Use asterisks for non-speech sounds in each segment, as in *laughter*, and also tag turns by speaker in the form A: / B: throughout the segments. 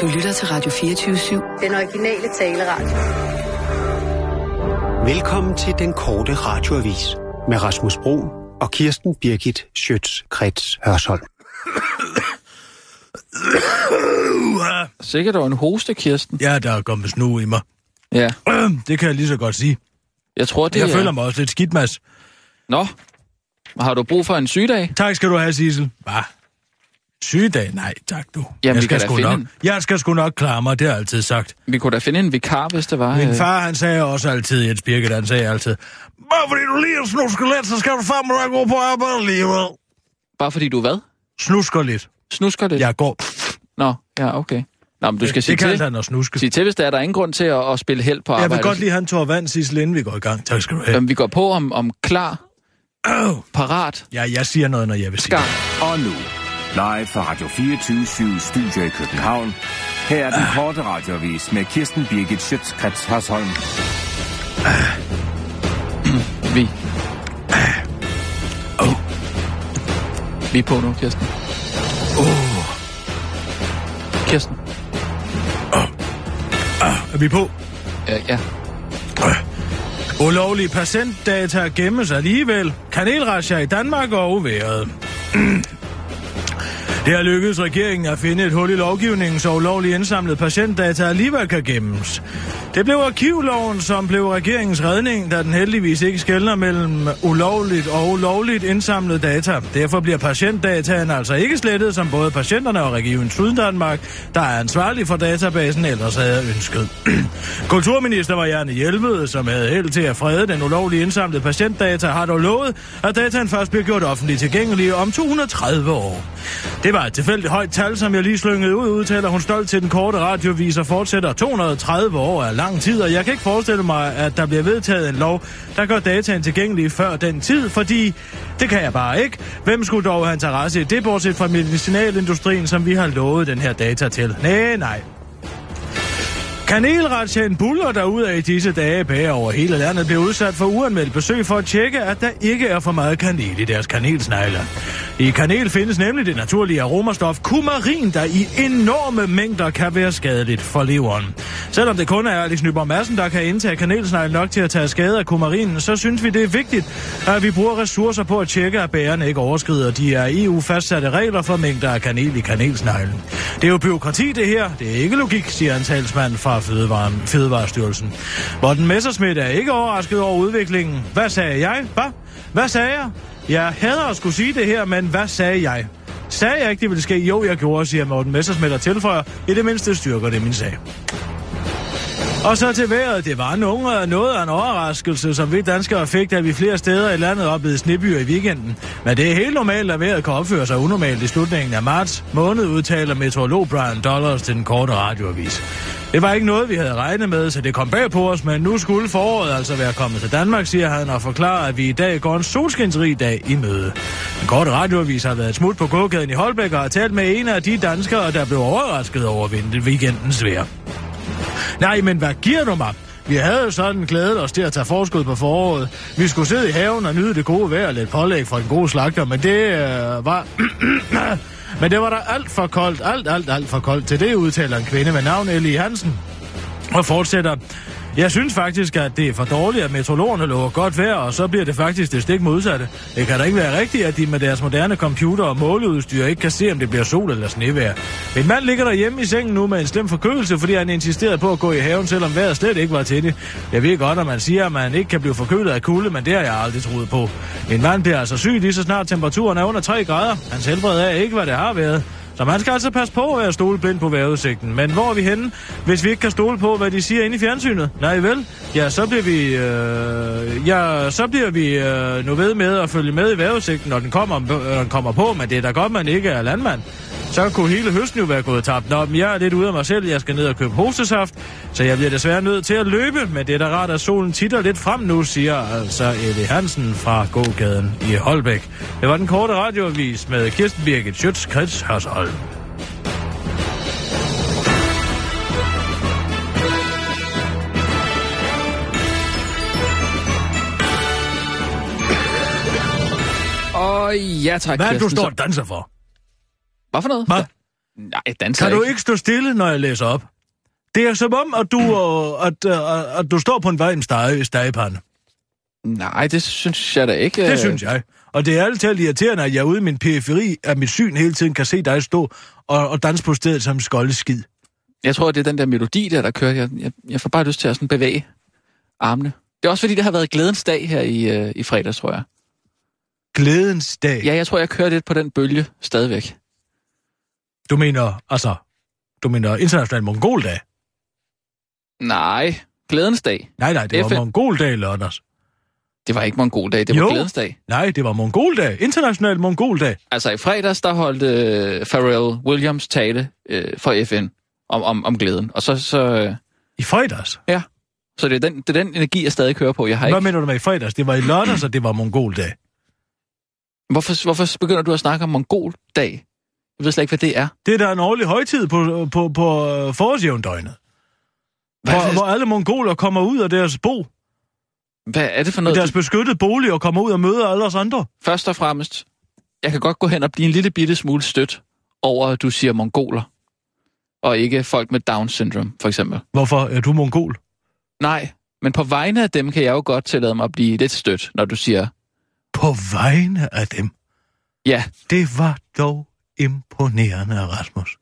A: Du lytter til Radio 24-7.
B: Den originale taleradio.
C: Velkommen til den korte radioavis med Rasmus Bro og Kirsten Birgit Schøtz-Krets Hørsholm.
D: Uha.
E: Sikkert over en hoste, Kirsten.
D: Ja, der er kommet snu i mig. Øhm,
E: Ja,
D: Det kan jeg lige så godt sige.
E: jeg tror, det
D: Jeg
E: er...
D: føler mig også lidt skidt, Mads.
E: Nå, har du brug for en sygedag?
D: Tak skal du have, Sissel. Hvad? Sygedag? Nej, tak du. jeg,
E: vi
D: skal
E: kan da
D: sgu
E: finde
D: nok,
E: en.
D: jeg skal sgu nok klare mig, det har jeg altid sagt.
E: Vi kunne da finde en vikar, hvis det var...
D: Min
E: øh,
D: far, han sagde også altid, Jens Birgit, han sagde altid, bare fordi du lige snusker lidt, så skal du fandme nok gå på arbejde alligevel.
E: Bare fordi du hvad?
D: Snusker lidt.
E: Snusker det?
D: Jeg går.
E: Nå, ja, okay. Nå, men du skal sige
D: det kan
E: til.
D: han at snuske.
E: Sige til, hvis der er der er ingen grund til at, at spille held på
D: Jeg
E: arbejde. Øhm.
D: vil godt lige have en tår vand, Sissel, inden vi går i gang. Tak skal du have.
E: Jamen, vi går på om, om klar, parat,
D: Ja, jeg siger noget, når jeg vil sige
E: skar.
D: det.
F: Og nu, live fra Radio 24 Studio i København. Her er den
E: Ah.
F: korte radiovis med Kirsten Birgit Schøtzgrads Hasholm.
E: Vi. Vi er på nu, Kirsten. Kirsten.
D: Er vi på?
E: Ja, øh, ja.
D: Ulovlige patientdata gemmes alligevel. Kanelrasja i Danmark og uværet. Det har lykkedes regeringen at finde et hul i lovgivningen, så ulovligt indsamlet patientdata alligevel kan gemmes. Det blev arkivloven, som blev regeringens redning, da den heldigvis ikke skældner mellem ulovligt og ulovligt indsamlet data. Derfor bliver patientdataen altså ikke slettet, som både patienterne og Region Syddanmark, der er ansvarlig for databasen, ellers havde ønsket. *clears throat* Kulturminister var Janne Hjelved, som havde held til at frede den ulovlige indsamlede patientdata, har dog lovet, at dataen først bliver gjort offentligt tilgængelige om 230 år. Det var et tilfældigt højt tal, som jeg lige slyngede ud, udtaler hun stolt til den korte radiovis og fortsætter. 230 år er lang tid, og jeg kan ikke forestille mig, at der bliver vedtaget en lov, der gør dataen tilgængelig før den tid, fordi det kan jeg bare ikke. Hvem skulle dog have interesse i det, bortset fra medicinalindustrien, som vi har lovet den her data til? Nej, nej. Kanelretsjen buller derudad i disse dage bager over hele landet bliver udsat for uanmeldt besøg for at tjekke, at der ikke er for meget kanel i deres kanelsnegler. I kanel findes nemlig det naturlige aromastof kumarin, der i enorme mængder kan være skadeligt for leveren. Selvom det kun er Alex Nyborg Madsen, der kan indtage kanelsnegl nok til at tage skade af kumarinen, så synes vi, det er vigtigt, at vi bruger ressourcer på at tjekke, at bagerne ikke overskrider de af EU fastsatte regler for mængder af kanel i kanelsneglen. Det er jo byråkrati, det her. Det er ikke logik, siger en talsmand fra Fødevare, Fødevarestyrelsen. Morten Messersmith er ikke overrasket over udviklingen. Hvad sagde jeg? Hvad? Hvad sagde jeg? Jeg hader at skulle sige det her, men hvad sagde jeg? Sagde jeg ikke, det ville ske? Jo, jeg gjorde, siger Morten Messersmith og tilføjer. I det mindste styrker det min sag. Og så til vejret. Det var nogen, øh, noget af en overraskelse, som vi danskere fik, da vi flere steder i landet oplevede snebyer i weekenden. Men det er helt normalt, at vejret kan opføre sig unormalt i slutningen af marts måned, udtaler meteorolog Brian Dollars til den korte radioavis. Det var ikke noget, vi havde regnet med, så det kom bag på os, men nu skulle foråret altså være kommet til Danmark, siger han og forklarer, at vi i dag går en solskinsrig dag i møde. Den korte radioavis har været et smut på gågaden i Holbæk og har talt med en af de danskere, der blev overrasket over vind- weekendens vejr. Nej, men hvad giver du mig? Vi havde jo sådan glædet os til at tage forskud på foråret. Vi skulle sidde i haven og nyde det gode vejr og lidt pålæg fra den gode slagter, men det øh, var... *clears throat* men det var der alt for koldt, alt, alt, alt for koldt til det, udtaler en kvinde med navn Ellie Hansen. Og fortsætter. Jeg synes faktisk, at det er for dårligt, at meteorologerne lover godt vejr, og så bliver det faktisk det stik modsatte. Det kan da ikke være rigtigt, at de med deres moderne computer og måleudstyr ikke kan se, om det bliver sol eller snevejr. Min mand ligger derhjemme i sengen nu med en slem forkølelse, fordi han insisterede på at gå i haven, selvom vejret slet ikke var til det. Jeg ved godt, at man siger, at man ikke kan blive forkølet af kulde, men det har jeg aldrig troet på. Min mand bliver altså syg lige så snart temperaturen er under 3 grader. Hans helbred er ikke, hvad det har været. Så man skal altså passe på at være stoleblind på vejrudsigten. Men hvor er vi henne, hvis vi ikke kan stole på, hvad de siger inde i fjernsynet? Nej vel? Ja, så bliver vi, øh, ja, så bliver vi øh, nu ved med at følge med i vejrudsigten, når den, kommer, når den kommer på. Men det er da godt, man ikke er landmand. Så kunne hele høsten jo være gået tabt. Nå, men jeg er lidt ude af mig selv. Jeg skal ned og købe hostesaft, så jeg bliver desværre nødt til at løbe. Men det er da rart, at solen titter lidt frem nu, siger altså Ellie Hansen fra gågaden i Holbæk. Det var den korte radioavis med Kirsten Birgit Schøtz, Krets Hørsholm.
E: Åh, ja tak,
D: Hvad er
E: Kirsten.
D: det, du står
E: Så-
D: og danser for?
E: Hvad for noget?
D: Hvad?
E: Nej, danser
D: Kan
E: ikke.
D: du ikke stå stille, når jeg læser op? Det er som om, at du, øh, at, øh, at du står på en vej i en stege, stegepande.
E: Nej, det synes jeg da ikke.
D: Det synes jeg. Og det er altid irriterende, at jeg ude i min periferi af mit syn hele tiden kan se dig stå og, og danse på stedet som en skoldeskid.
E: Jeg tror, det er den der melodi, der, der kører. Jeg, jeg, jeg får bare lyst til at sådan bevæge armene. Det er også fordi, det har været glædens dag her i, øh, i fredags, tror jeg.
D: Glædens dag. Ja.
E: Ja, jeg tror, jeg kører lidt på den bølge stadigvæk.
D: Du mener, altså, du mener international mongoldag?
E: Nej, glædens dag.
D: Nej, nej, det var
E: FN.
D: mongoldag i lørdags.
E: Det var ikke mongoldag, det var
D: Jo.
E: glædens dag.
D: Nej, det var mongoldag. International mongoldag.
E: Altså i fredags, der holdt øh, Pharrell Williams tale øh, for FN om, om, om glæden. Og så, så, øh,
D: I fredags.
E: ja. så det, er den, det er den energi, jeg stadig kører på. Jeg har
D: Hvad
E: ikke...
D: mener du med i fredags? Det var i lørdags, og det var mongoldag.
E: Hvorfor, hvorfor begynder du at snakke om mongoldag? Jeg ved slet ikke, hvad det er.
D: Det er da en årlig højtid på, på, på øh, forårsjævndøgnet. Hvor, hvor alle mongoler kommer ud af deres bo,
E: Hvad er det for
D: af
E: noget?
D: deres beskyttede bolig, og kommer ud og møder alle os andre.
E: Først og fremmest, jeg kan godt gå hen og blive en lille bitte smule stødt over, at du siger mongoler, og ikke folk med Down syndrome, for eksempel.
D: Hvorfor er du mongol?
E: Nej, men på vegne af dem kan jeg jo godt tillade mig at blive lidt stødt, når du siger,
D: På vegne af dem.
E: ja,
D: Det var dog imponerende, Rasmus.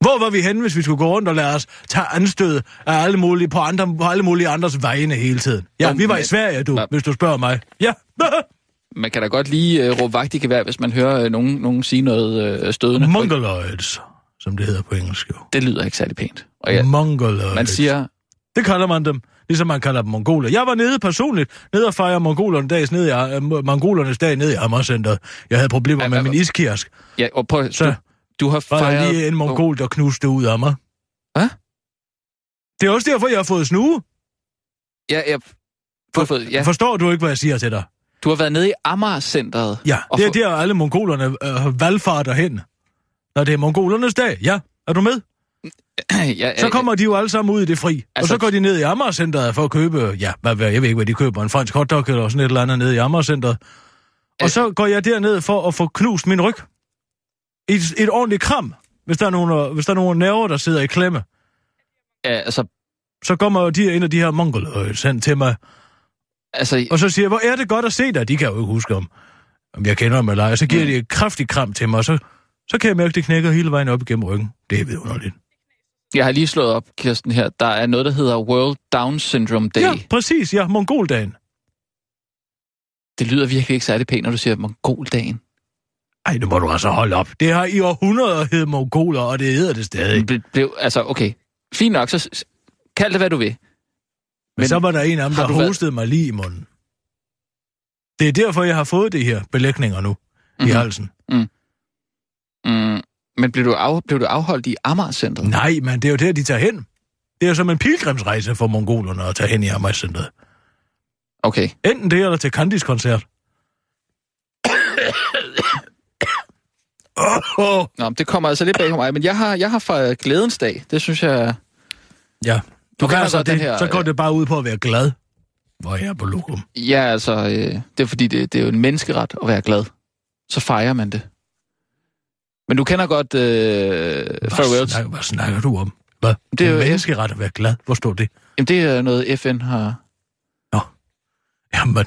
D: Hvor var vi henne, hvis vi skulle gå rundt og lade os tage anstød af alle mulige, på, andre, på alle mulige andres vegne hele tiden? Ja,
E: Nå,
D: vi var i
E: men-
D: Sverige, du,
E: Nå.
D: hvis du spørger mig. Ja,
E: man kan da godt lige øh, råbe vagt i gevær, hvis man hører øh, nogen, nogen sige noget øh, stødende.
D: mongoloids, som det hedder på engelsk jo.
E: Det lyder ikke særlig pænt. Og ja,
D: Mongoloids.
E: man siger,
D: Det kalder man dem, ligesom man kalder dem mongoler. Jeg var nede personligt, nede og fejre mongolernes, dags, nede i, Ar- øh, mongolernes dag nede i Amagercenteret. Jeg havde problemer
E: Ej,
D: med
E: hvad-
D: min iskirsk.
E: ja, og prøv,
D: Så-
E: du, du har
D: Var der
E: fejret...
D: lige en mongol, der knuste ud af mig.
E: Hvad?
D: Det er også derfor, jeg har fået snue.
E: Ja, ja, du, har fået, ja,
D: Forstår du ikke, hvad jeg siger til dig?
E: du har været nede i Amager-centret. *clears throat*
D: Ja,
E: og
D: det er
E: få-
D: der, alle mongolerne øh, valgfarter hen. Når det er mongolernes dag, ja. Er du med?
E: ja,
D: Så kommer de jo alle sammen ud i det fri. Altså, og
E: Øh, Altså-
D: så går de ned i Amagercenteret for at købe, ja, hvad, hvad, jeg ved ikke, hvad de køber, en fransk hotdog eller sådan et eller andet ned i Amagercenteret. Og
E: Altså-
D: så går jeg derned for at få knust min ryg. Et, et ordentligt kram, hvis der, er nogle, hvis der er nogle nerver, der sidder i klemme.
E: Ja, altså,
D: Så kommer de en af de her mongoløjs hen til mig,
E: altså,
D: Og så siger jeg, hvor er det godt at se dig? De kan jo ikke huske, om, om jeg kender dem eller ej. Så giver de et kraftigt kram til mig, og så, så kan jeg mærke, at det knækker hele vejen op igennem ryggen. Det er vidunderligt.
E: Jeg har lige slået op, Kirsten, her. Der er noget, der hedder World Down Syndrome Day.
D: Ja,
E: Ja.
D: præcis. Ja, mongoldagen.
E: Det lyder virkelig ikke særlig pænt, når du siger Mongoldagen.
D: Ej, nu må du altså holde op. Det har i århundreder hed mongoler, og det hedder det stadig. Men,
E: Ble, blev, altså, okay. Fint nok, så s- s- kald det, hvad du vil.
D: men så var der en af dem,
E: har
D: der
E: du været-
D: hostede mig lige i munden. Det er derfor, jeg har fået det her belægninger nu mm-hmm. i
E: Mhm.
D: halsen.
E: Mm, men blev du, af, blev du afholdt i Amager-centret?
D: Nej, men det er jo der, de tager hen. Det er som en pilgrimsrejse for mongolerne at tage hen i Amagercentret.
E: Okay.
D: Enten det eller til Kandis koncert. oh,
E: Nå, men det kommer altså lidt bag på mig, men jeg har, jeg har fra glædens dag. Det synes jeg...
D: *coughs* Ja. Du
E: kender
D: kan altså
E: godt den
D: det,
E: her,
D: her, så går
E: øh,
D: det bare ud på at være glad. Hvor jeg er på lokum.
E: Ja, altså, øh, det er fordi, det, det er jo en menneskeret at være glad. Så fejrer man det. Men du kender godt øh,
D: Hvad,
E: Farewell.
D: snak, hvad snakker du om? Hvad?
E: Det er jo-
D: menneskeret at være glad. Hvor står det?
E: Jamen, det er noget, FN har...
D: Jamen,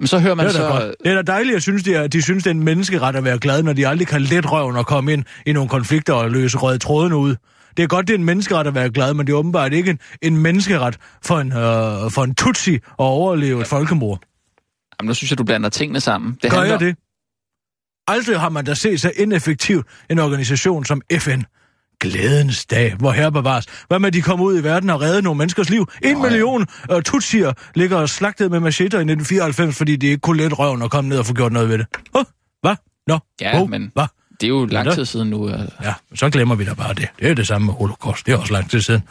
E: Men så hører man
D: det er,
E: så...
D: da godt. det er da dejligt, at synes, de, er, de synes, det er en menneskeret at være glad, når de aldrig kan let røven og komme ind i nogle konflikter og løse røde tråden ud. Det er godt, det er en menneskeret at være glad, men det er åbenbart ikke en, en menneskeret for en, øh, for en tutsi at overleve et folkemord.
E: Jamen, nu synes jeg, du blander tingene sammen. Det
D: Gør
E: handler,
D: jeg det? Aldrig har man da set så ineffektiv en organisation som FN. Glædens dag, hvor herre bevares. Hvad med, at de kom ud i verden og redde nogle menneskers liv? En
E: Nå, ja.
D: million øh, tutsier ligger og slagtet med machetter i 1994, fordi de ikke kunne lette røven og komme ned og få gjort noget ved det. Åh, hvad? Nå,
E: Ja,
D: hov,
E: men-
D: hvad?
E: Det er jo
D: Nå.
E: lang tid siden nu. øh.
D: Ja, så glemmer vi da bare det. Det er det samme med holocaust. Det er også lang tid siden.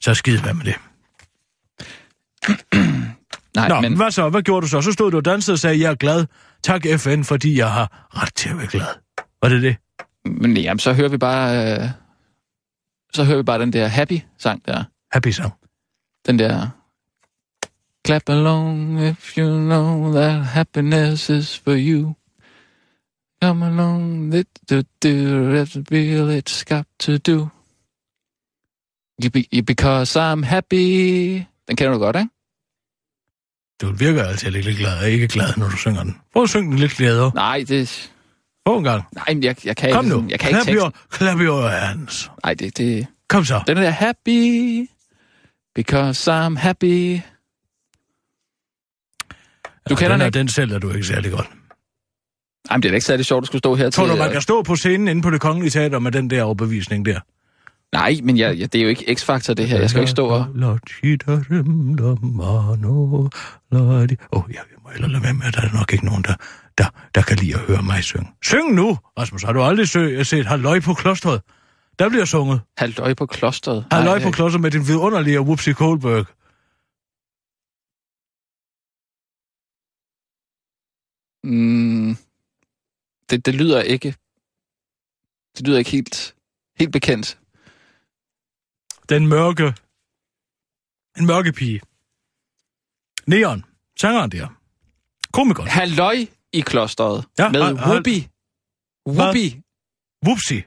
D: Så skide hvad med det.
E: Nej,
D: Nå,
E: men
D: men... hvad så? Hvad gjorde du så? Så stod du og dansede og sagde, jeg er glad. Tak FN, fordi jeg har ret til at være glad. Var det det?
E: men jamen, så hører vi bare... Øh, så hører vi bare den der happy-sang der.
D: Happy song.
E: Den der... Clap along if you know that happiness is for you. Come along, let the do, let the feel it's got to do. You be, you because I'm happy. Den kender du godt, ikke?
D: Du virker altid lidt, lidt glad, ikke glad, når du synger den. Prøv at synge den lidt gladere.
E: Nej, det...
D: Prøv en gang.
E: Nej, men jeg, jeg kan
D: Kom
E: ikke...
D: nu.
E: sådan- Jeg kan ikke
D: Clap your-
E: teksten.
D: Clap your hands.
E: Nej, det, det...
D: Kom så.
E: Den der happy, because I'm happy. Du
D: Ja,
E: kender
D: den,
E: den
D: er-
E: ikke?
D: Den sælger du ikke særlig godt.
E: Ej, men det er da ikke særlig sjovt, at skulle stå her
D: Tror
E: til... øh,
D: du, man kan stå på scenen inde på det kongelige teater med den der overbevisning der?
E: Nej, men jeg, jeg, det er jo ikke X-Factor, det her. Jeg skal jo ikke stå og...
D: Åh, oh, jeg må hellere lade være med, der er nok ikke nogen, der, der, der kan lide at høre mig synge. Syng nu! Rasmus, har du aldrig sø- set Halløj på klostret? Der bliver sunget.
E: Halløj på klosteret.
D: Halløj
E: Nej,
D: på klostret med din vidunderlige Whoopsie Goldberg.
E: Mm, det, det lyder ikke... Det lyder ikke helt, helt bekendt.
D: Den mørke... En mørke pige. Neon. Sangeren der. Komikeren.
E: Halløj i klosteret.
D: Ja,
E: med
D: hal- hal-
E: Whoopi. Whoopi.
D: Whoopsie.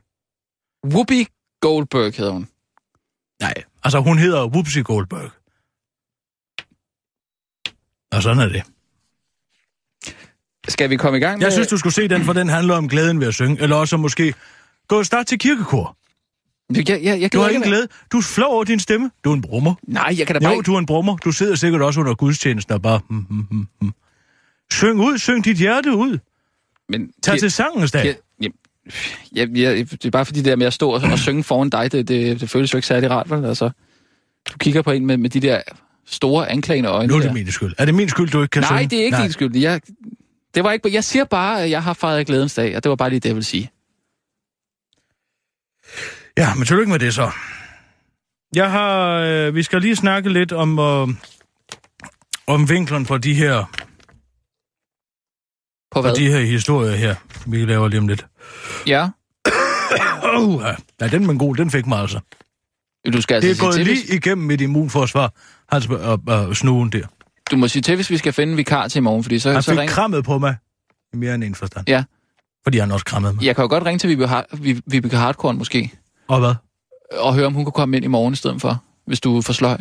E: Whoopi Goldberg hedder hun.
D: Nej, altså hun hedder Whoopsie Goldberg. Og sådan er det.
E: Skal vi komme i gang med...
D: Jeg synes, du skulle se den, for den handler om glæden ved at synge. Eller også måske gå og start til kirkekor.
E: Jeg, jeg, jeg, jeg
D: Du
E: gider
D: har
E: ikke
D: ingen
E: at-
D: glæde. Du er flov over din stemme. Du er en brummer.
E: Nej, jeg kan da bare
D: Jo,
E: ikke...
D: du er en brummer. Du sidder sikkert også under gudstjenesten og bare... Mm, mm, mm, mm. Syng ud, syng dit hjerte ud.
E: Men,
D: Tag
E: det-
D: til sangens dag.
E: Jeg, jeg, jeg, jeg, det er bare fordi det der med at stå og, og synge foran dig, det, det, det føles jo ikke særlig rart, vel? Altså, du kigger på en med, med de der store anklagende øjne.
D: Nu er det
E: der.
D: min skyld. Er det min skyld, du ikke kan synge?
E: Nej, det er ikke din skyld. Jeg, det var ikke, jeg siger bare, at jeg har fejret glædens dag, og det var bare lige det, jeg ville sige.
D: Ja, men tillykke med det så. Jeg har, øh, vi skal lige snakke lidt om, øh, om vinklen på de her,
E: På
D: på
E: hvad?
D: de her historier her, vi laver lige om lidt.
E: Ja,
D: Oh, ja, den mongol, den fik mig altså.
E: du skal
D: Det
E: altså sige
D: er gået
E: til,
D: lige
E: hvis,
D: igennem mit immunforsvar, hans og, og snuen der.
E: du må sige til, hvis vi skal finde en vikar til i morgen, fordi så,
D: Han
E: så
D: fik
E: ring,
D: krammet på mig i mere end en forstand.
E: Ja.
D: Fordi han også krammede mig.
E: jeg kan jo godt ringe til Vibeke Har- Vi- Vibeke Hardkorn måske,
D: Og hvad?
E: og høre, om hun kunne komme ind i morgen i stedet for, hvis du er for sløj.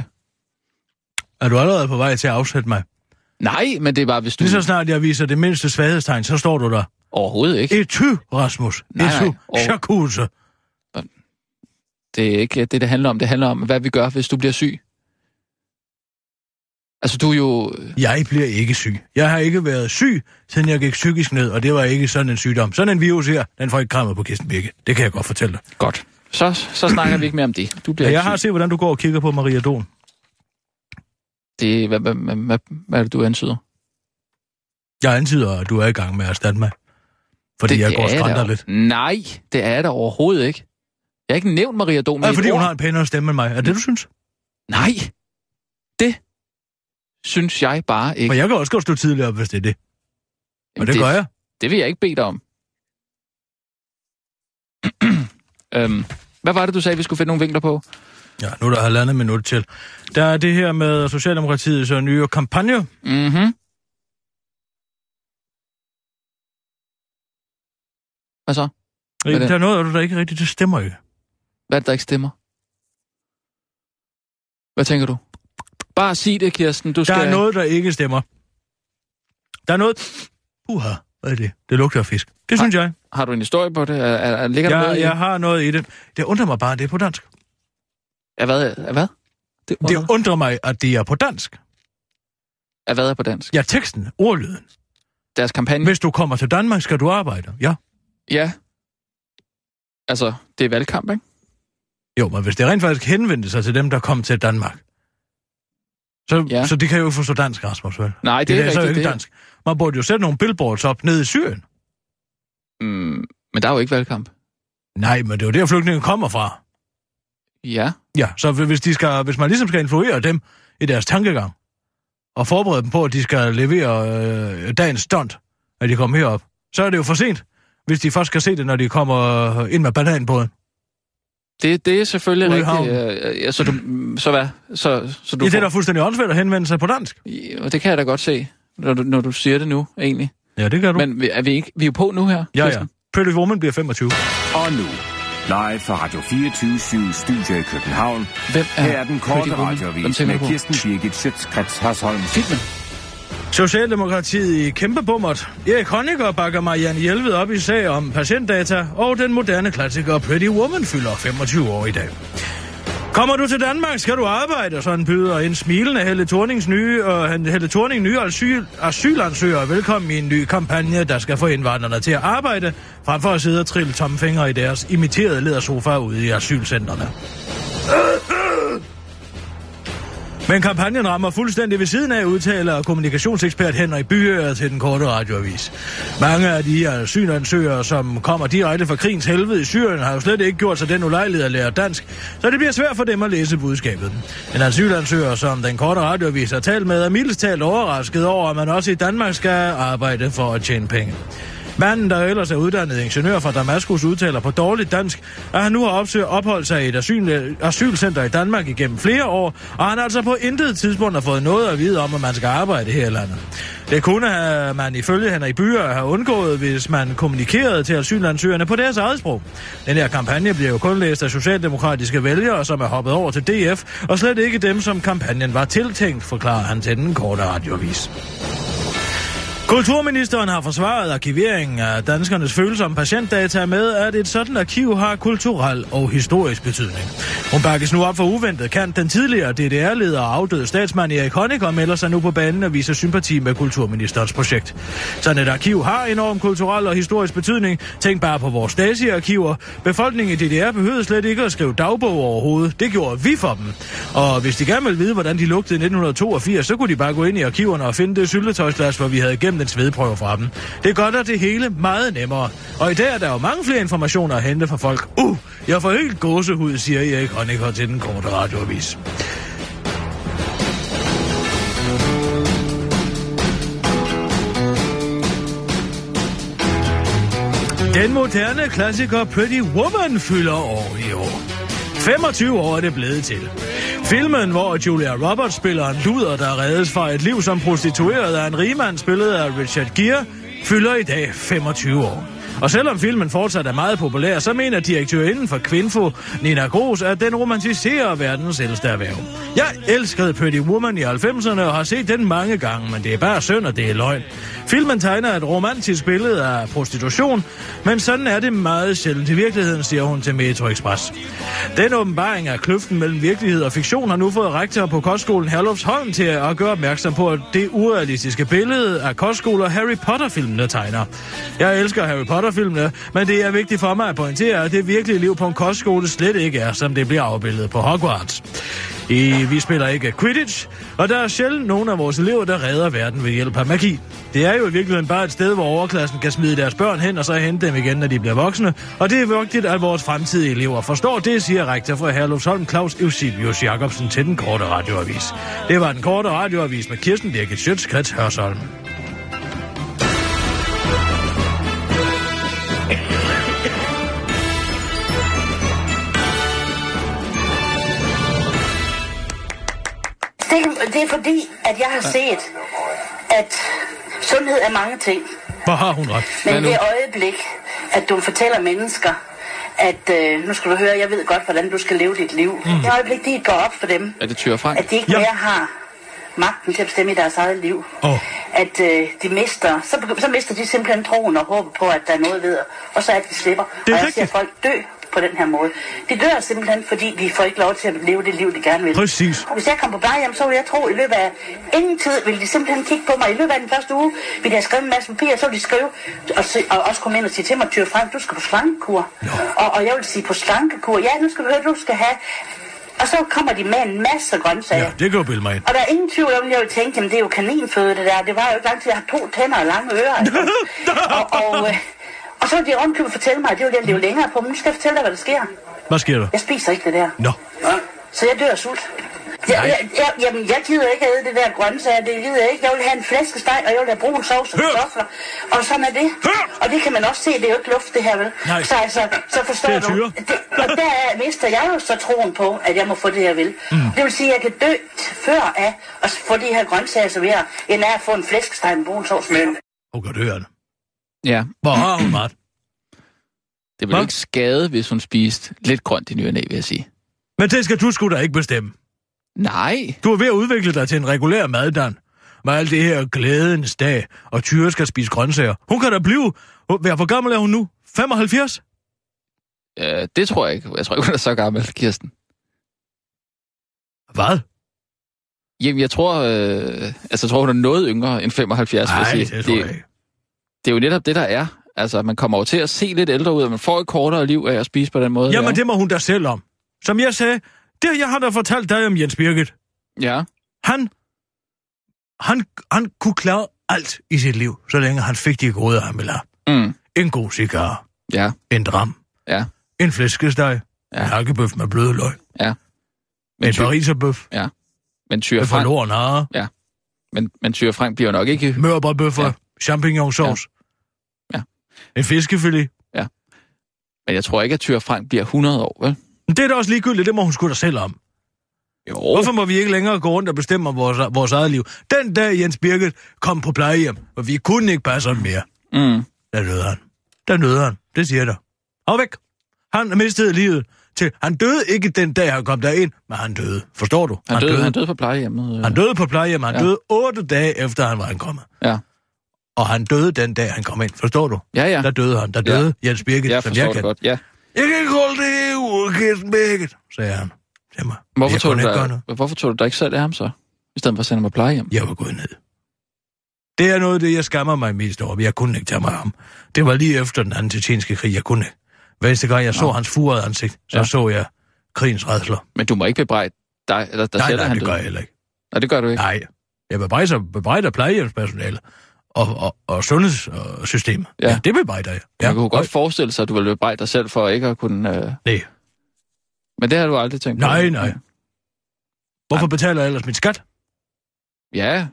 D: Er du allerede på vej til at afsætte mig?
E: Nej, men det er bare, hvis du...
D: Lige så snart jeg viser det mindste svaghedstegn, så står du der.
E: Overhovedet ikke.
D: Ety, Rasmus.
E: Nej, nej.
D: Ety,
E: Og-
D: charkuse.
E: Det er ikke det, det handler om. Det handler om, hvad vi gør, hvis du bliver syg. Altså, du er jo...
D: Jeg bliver ikke syg. Jeg har ikke været syg, siden jeg gik psykisk ned, og det var ikke sådan en sygdom. Sådan en virus her, den får ikke krammet på Kirsten Birke. Det kan jeg godt fortælle dig.
E: Godt. Så, så snakker vi ikke mere om det. Du bliver
D: Ja,
E: ikke
D: jeg har
E: syg.
D: set, hvordan du går og kigger på Maria Don.
E: Det, hvad, hvad, hvad, hvad, hvad er det, du antyder?
D: Jeg antyder, at du er i gang med at erstatte mig. Fordi
E: det,
D: det, jeg
E: det
D: går og
E: er jeg
D: skrænder
E: da-
D: lidt.
E: Nej, det er det overhovedet ikke. Jeg har ikke nævnt Maria Dom.
D: Ja, fordi hun har en pænere stemme end mig. Er det, det, du synes?
E: Nej, det synes jeg bare ikke.
D: Men jeg kan også godt stå tidligere op, hvis det er det. Men det, det gør jeg.
E: Det vil jeg ikke bede dig om. *clears throat* øhm, hvad var det, du sagde, vi skulle finde nogle vinkler på?
D: Ja, nu er der halvandet minut til. Der er det her med Socialdemokratiets øh, nye kampagne.
E: Mhm. Hvad så? Hvad er det?
D: Der er noget, der ikke rigtigt det stemmer ikke.
E: Hvad er det, der ikke stemmer? Hvad tænker du? Bare sig det, Kirsten. Du
D: Der
E: skal...
D: er noget, der ikke stemmer. Der er noget... Uha, hvad er det? Det lugter af fisk. Det synes jeg.
E: Har du en historie på det? Er, er, er, ligger der noget
D: Jeg,
E: i-
D: jeg har noget i det. Det undrer mig bare, at det er på dansk.
E: Er hvad? Er hvad? Det,
D: Det
E: det...
D: undrer mig, at det er på dansk.
E: Er hvad er på dansk?
D: Ja, teksten, ordlyden.
E: Deres kampagne?
D: Hvis du kommer til Danmark, skal du arbejde. Ja.
E: Ja. Altså, det er valgkamp, ikke?
D: Jo, men hvis det rent faktisk henvendte sig til dem, der kom til Danmark, så,
E: Ja.
D: ja. så de kan jo ikke forstå dansk, Rasmus, vel?
E: Nej, det, det er,
D: der så
E: rigtigt.
D: ikke
E: det er-
D: dansk. Man burde jo sætte nogle billboards op nede i Syrien.
E: Mm, men der er jo ikke valgkamp.
D: Nej, men det er jo der, flygtninge kommer fra.
E: Ja.
D: Ja, så hvis, de skal, hvis man ligesom skal influere dem i deres tankegang, og forberede dem på, at de skal levere øh, dagens stunt, at de kommer herop, så er det jo for sent, hvis de først skal se det, når de kommer øh, ind med bananbåden.
E: Det, det er selvfølgelig
D: Ude i
E: rigtigt. øh, Ja, så, du, så hvad? Så, så du
D: Det er det,
E: får-
D: der er fuldstændig åndssvagt at henvende sig på dansk.
E: Ja, det kan jeg da godt se, når du, når du siger det nu, egentlig.
D: Ja, det kan du. Men...
E: Men vi- er vi ikke? Vi er jo på nu her.
D: Ja, ja.
E: Kirsten.
D: Pretty Woman bliver 25.
F: Og nu, live fra Radio 24 Studio i København.
E: Hvem er
F: Her er den korte
E: Pretty Woman? Hvem
F: radiovis
E: tænker
F: med
E: du på?
F: Kirsten Birgit Schøtzgrads Hasholm.
E: Filmen.
D: Socialdemokratiet i kæmpe bummert. Erik Honecker bakker Marianne Hjelved op i sag om patientdata, og den moderne klassiker Pretty Woman fylder 25 år i dag. Kommer du til Danmark, skal du arbejde, sådan byder en smilende Helle, Thornings nye, og Helle Thorning nye asyl, asylansøgere velkommen i en ny kampagne, der skal få indvandrerne til at arbejde, frem for at sidde og trille tomfingre i deres imiterede ledersofa ude i asylcentrene. Men kampagnen rammer fuldstændig ved siden af, udtaler kommunikationsekspert Henrik Byhører til den korte radioavis. Mange af de asylansøgere, som kommer direkte fra krigens helvede i Syrien, har jo slet ikke gjort sig den ulejlighed at lære dansk, så det bliver svært for dem at læse budskabet. En asylansøger, som den korte radioavis har talt med, er mildest talt overrasket over, at man også i Danmark skal arbejde for at tjene penge. Manden, der ellers er uddannet ingeniør fra Damaskus, udtaler på dårligt dansk, at han nu har opsøgt opholdt sig i et asyl, asylcenter i Danmark igennem flere år, og han altså på intet tidspunkt har fået noget at vide om, at man skal arbejde her i landet. Det kunne have, man ifølge Henrik Byer have undgået, hvis man kommunikerede til asylansøgerne på deres eget sprog. Den her kampagne bliver jo kun læst af socialdemokratiske vælgere, som er hoppet over til DF, og slet ikke dem, som kampagnen var tiltænkt, forklarer han til den korte radiovis. Kulturministeren har forsvaret arkiveringen af danskernes følsomme patientdata med, at et sådan arkiv har kulturel og historisk betydning. Hun bakkes nu op for uventet kant. Den tidligere DDR-leder og afdøde statsmand Erik Honecker melder sig nu på banen og viser sympati med kulturministerens projekt. Sådan et arkiv har enorm kulturel og historisk betydning. Tænk bare på vores Stasi-arkiver. Befolkningen i DDR behøvede slet ikke at skrive dagbog overhovedet. Det gjorde vi for dem. Og hvis de gerne ville vide, hvordan de lugtede i 1982, så kunne de bare gå ind i arkiverne og finde det syltetøjsglas, hvor vi havde gemt en svedprøve fra dem. Det gør da det hele meget nemmere. Og i dag er der jo mange flere informationer at hente fra folk. Uh, jeg får helt gåsehud, siger Erik Honecker til den korte radioavis. Den moderne klassiker Pretty Woman fylder år i år. 25 år er det blevet til. Filmen, hvor Julia Roberts spiller en luder, der reddes fra et liv som prostitueret af en rigmand, spillet af Richard Gere, fylder i dag 25 år. Og selvom filmen fortsat er meget populær, så mener direktørinden for Kvinfo, Nina Gros, at den romantiserer verdens ældste erhverv. Jeg elskede Pretty Woman i 90'erne og har set den mange gange, men det er bare synd, at det er løgn. Filmen tegner et romantisk billede af prostitution, men sådan er det meget sjældent i virkeligheden, siger hun til Metro Express. Den åbenbaring af kløften mellem virkelighed og fiktion har nu fået rektor på kostskolen Herlufsholm til at gøre opmærksom på, at det urealistiske billede af kostskole og Harry Potter-filmene tegner. Jeg elsker Harry Potter-filmene, men det er vigtigt for mig at pointere, at det virkelige liv på en kostskole slet ikke er, som det bliver afbildet på Hogwarts. I, vi spiller ikke Quidditch, og der er sjældent nogen af vores elever, der redder verden ved hjælp af magi. Det er jo i virkeligheden bare et sted, hvor overklassen kan smide deres børn hen, og så hente dem igen, når de bliver voksne. Og det er vigtigt, at vores fremtidige elever forstår det, siger rektor for Herlufsholm Claus Eusebius Jacobsen til den korte radioavis. Det var den korte radioavis med Kirsten Birgit Sjøtskrets Hørsholm.
B: Det, det er fordi, at jeg har set, at sundhed er mange ting.
D: Hvor har hun ret?
E: Hvad
B: Men
E: nu?
B: det øjeblik, at du fortæller mennesker, at øh, nu skal du høre, jeg ved godt, hvordan du skal leve dit liv. Mm. Det øjeblik, det går op for dem,
E: Er det Tyre Frank?
B: at de ikke
D: Mhm. Ja.
B: ja. mere har magten til at bestemme i deres eget liv.
D: Åh.
B: At øh, de mister, så, begy- så mister de simpelthen troen og håbet på, at der er noget ved, og så er de slipper.
D: Det er
B: og jeg ser
D: rigtigt.
B: folk dø på den her måde. De dør simpelthen, fordi de får ikke lov til at leve det liv, de gerne vil.
D: Præcis.
B: Og hvis jeg kom på plejehjem, så ville jeg tro, at i løbet af ingen tid ville de simpelthen kigge på mig. I løbet af den første uge ville jeg skrive en masse papir, så ville de skrive, og, se, og også komme ind og sige til mig, Tyre Frank, du skal på slankekur. Og, og jeg ville sige, på slankekur, ja, nu skal du høre, du skal have... Og så kommer de med en masse grøntsager.
D: Ja, det kan jo bilde mig ind.
B: Og der er ingen tvivl om, jeg vil tænke, jamen det er jo kaninføde det der. Det var jo ikke lang tid, jeg har to tænder og lange ører. ikke? og, og, øh, og så vil de ovenkøbet fortælle mig, at det vil jeg leve længere på. Men nu skal jeg fortælle dig, hvad der sker.
D: Hvad sker der?
B: Jeg spiser ikke det der.
D: Nå.
B: Så jeg dør af sult. Jeg, jeg, jeg, jamen, jeg gider ikke æde det der grøntsager, det gider jeg ikke. Jeg vil have en flæskesteg, og jeg vil have brun sovs og
D: Hør!
B: kartofler. Og sådan er det.
D: Hør!
B: Og det kan man også se, det er jo ikke luft, det her, vel?
D: Nej.
B: Så, altså, så forstår
D: Det er
B: du.
D: tyre.
B: Det, og der mister jeg jo så troen på, at jeg må få det, jeg vil. Mm. Det vil sige, at jeg kan dø t- før af at få de her grøntsager serveret, end af at få en flæskesteg med brun sovs. Men
D: Hun kan høre det.
E: Ja,
D: Hvor har hun ret?
E: det ville
D: Hva?
E: ikke skade, hvis hun spiste lidt grønt i ny og næ, vil jeg sige.
D: Men det skal du sgu da ikke bestemme.
E: Nej,
D: Du er ved at udvikle dig til en regulær maddan. Med alt det her glædens dag, og Tyre skal spise grøntsager. Hun kan da blive... Hun- Hvor gammel er hun nu? 75?
E: øh, det tror jeg ikke. Jeg tror ikke, hun er så gammel, Kirsten.
D: Hvad?
E: Jamen, jeg tror, øh, altså, jeg tror, hun er noget yngre end 75,
D: Nej,
E: vil jeg
D: det
E: sige.
D: tror jeg ikke.
E: det er jo netop det, der er. Altså, man kommer over til at se lidt ældre ud, og man får et kortere liv af at spise på den måde.
D: Jamen,
E: ja.
D: det må hun da selv om. Som jeg sagde, det jeg har da fortalt dig om Jens Birgit.
E: Ja,
D: Han, han, han kunne klare alt i sit liv, så længe han fik de gode, han ville have.
E: mm,
D: En god cigar,
E: ja,
D: en dram,
E: ja.
D: en flæskesteg,
E: Ja.
D: ja. en hakkebøf med bløde løg,
E: Men,
D: en
E: ty,
D: pariserbøf,
E: men, Tyre
D: en
E: Frank,
D: forloren hare,
E: men, men Tyre Frank bliver nok ikke...
D: mørbrædbøffer,
E: Ja.
D: ja. champignonsauce.
E: Ja.
D: En fiskefilet.
E: Men jeg tror ikke, at Tyre Frank bliver 100 år, vel?
D: Men det er da også ligegyldigt, det må hun sgu da selv om.
E: Jo.
D: Hvorfor må vi ikke længere gå rundt og bestemme om vores, vores eget liv? Den dag Jens Birgit kom på plejehjem, og vi kunne ikke passe ham mere,
E: Mm.
D: der døde han. Der døde han, det siger der. Og væk. Han mistede livet. Til. Han døde ikke den dag, han kom derind, men han døde. Forstår du?
E: Han, døde, han døde på plejehjemmet. øh.
D: han døde på plejehjem. Han
E: Ja.
D: ja. døde otte dage efter, han var ankommet.
E: Ja.
D: Og han døde den dag, han kom ind. Forstår du?
E: Ja, ja.
D: Der døde han. Der døde ja. Jens Birgit,
E: Jeg
D: som jeg
E: forstår
D: kan.
E: det godt, ja.
D: Jeg kan ikke holde det her ud, Kirsten Birgit, sagde han til mig.
E: Hvorfor
D: jeg
E: tog,
D: kunne
E: du
D: ikke gøre
E: dig,
D: noget.
E: hvorfor tog du dig ikke selv af ham så? I stedet for at sende ham på plejehjem?
D: Jeg var gået ned. Det er noget af det, jeg skammer mig mest over. men Jeg kunne ikke tage mig om. Det var lige efter den anden tjetjenske krig. Jeg kunne ikke. Hver eneste gang, jeg så
E: Nå.
D: hans furede ansigt, så
E: Ja.
D: så jeg krigens redsler.
E: Men du må ikke bebrejde dig, eller der
D: Nej,
E: selv, at
D: nej,
E: han
D: det gør
E: døde.
D: jeg heller ikke.
E: Nej, det gør du ikke.
D: Nej, jeg bebrejder, bebrejder plejehjemspersonale og, og, og sundhedssystemet.
E: Ja.
D: Ja. ja, det bebrejder jeg.
E: Man
D: Ja.
E: kunne
D: og-
E: godt forestille sig, at du ville bebrejde dig selv for ikke at kunne... Øh...
D: Nej.
E: Men det har du aldrig tænkt på.
D: Nej, nej. Hvorfor betaler jeg ellers mit skat?
E: Ja,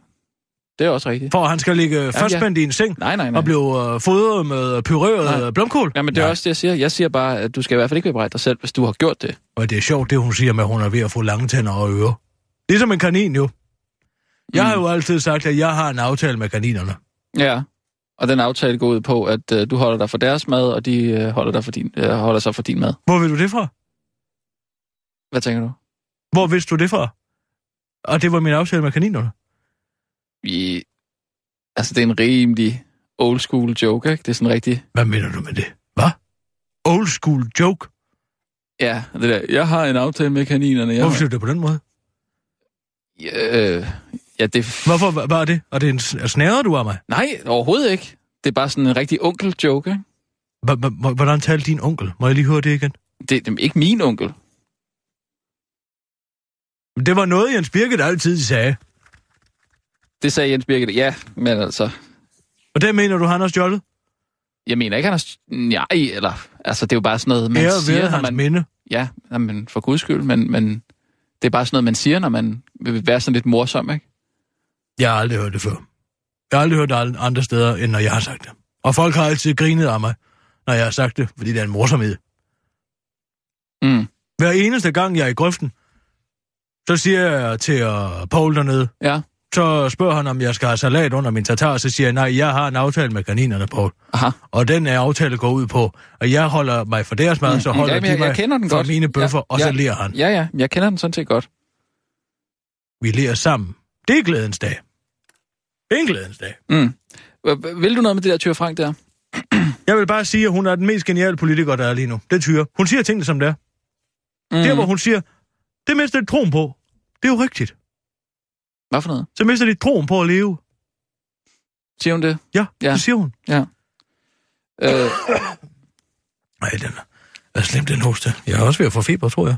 E: det er også rigtigt.
D: For at han skal ligge fastspændt i en seng
E: Nej, nej, nej.
D: og blive øh, fodret med
E: Nej.
D: pyreret blomkål.
E: Ja, men det er
D: Nej.
E: også det, jeg siger. Jeg siger bare, at du skal i hvert fald ikke bebrejde dig selv, hvis du har gjort det.
D: Og det er sjovt, det hun siger med, at hun er ved at få lange tænder og ører. Ligesom en kanin jo. Jeg
E: Mm.
D: har jo altid sagt, at jeg har en aftale med kaninerne.
E: Ja. Og den aftale går ud på, at øh, du holder dig for deres mad, og de øh, holder, dig for din, øh, holder sig for din mad.
D: Hvor ved du det fra?
E: Hvad tænker du?
D: Hvor vidste du det fra? Og det var min aftale med kaninerne.
E: Vi... Altså, det er en rimelig old school joke, ikke? Det er sådan rigtig...
D: Hvad mener du med det? Hvad? Old school joke?
E: Ja, det der. Jeg har en aftale med kaninerne. Jeg
D: Hvorfor siger du det på den måde?
E: Ja, øh, ja, det...
D: Hvorfor hva- var det? Og det er en sn- snærer du af mig?
E: Nej, overhovedet ikke. Det er bare sådan en rigtig onkel-joke, ikke?
D: H- h- h- Hvordan talte din onkel? Må jeg lige høre det igen?
E: Det, det er ikke min onkel.
D: Det var noget, Jens Birgit altid sagde.
E: Det sagde Jens Birgit. Ja, men altså...
D: Og det mener du, han har stjålet?
E: Jeg mener ikke, han er... Nej, eller... Altså, det er jo bare sådan noget, man
D: Ære
E: siger,
D: ved
E: når
D: hans
E: man...
D: man... minde.
E: Ja, men for guds skyld, men, men det er bare sådan noget, man siger, når man vil være sådan lidt morsom, ikke?
D: Jeg har aldrig hørt det før. Jeg har aldrig hørt det al- andre steder, end når jeg har sagt det. Og folk har altid grinet af mig, når jeg har sagt det, fordi det er en morsomhed.
E: Mm.
D: Hver eneste gang, jeg er i grøften, så siger jeg til uh, Paul dernede,
E: Ja.
D: så spørger han, om jeg skal have salat under min tartar, og så siger jeg, nej, jeg har en aftale med kaninerne, Paul.
E: Aha.
D: Og den er aftale går ud på, at jeg holder mig for deres mad,
E: Mm,
D: så
E: mm,
D: holder
E: ja, men
D: de
E: jeg-
D: mig
E: jeg kender den
D: for
E: godt.
D: mine bøffer,
E: Ja,
D: og så
E: ja.
D: ler han.
E: Ja, ja, jeg kender den sådan set godt.
D: Vi ler sammen. Det er glædens dag. Det er en glædens dag.
E: Mm. H- h- Vil du noget med det der Tyre Frank der?
D: Jeg vil bare sige, at hun er den mest geniale politiker, der er lige nu. Det tyrer. Hun siger tingene, som det er.
E: Mm.
D: Der, hvor hun siger, det mister de troen på. Det er jo rigtigt.
E: Hvad for noget?
D: Så mister de troen på at leve.
E: Siger hun det?
D: Ja,
E: Ja.
D: ja. det siger hun. *laughs*
E: Øh,
D: Nej, den er- er slemt, den hoste. Jeg er også ved at få feber, tror jeg.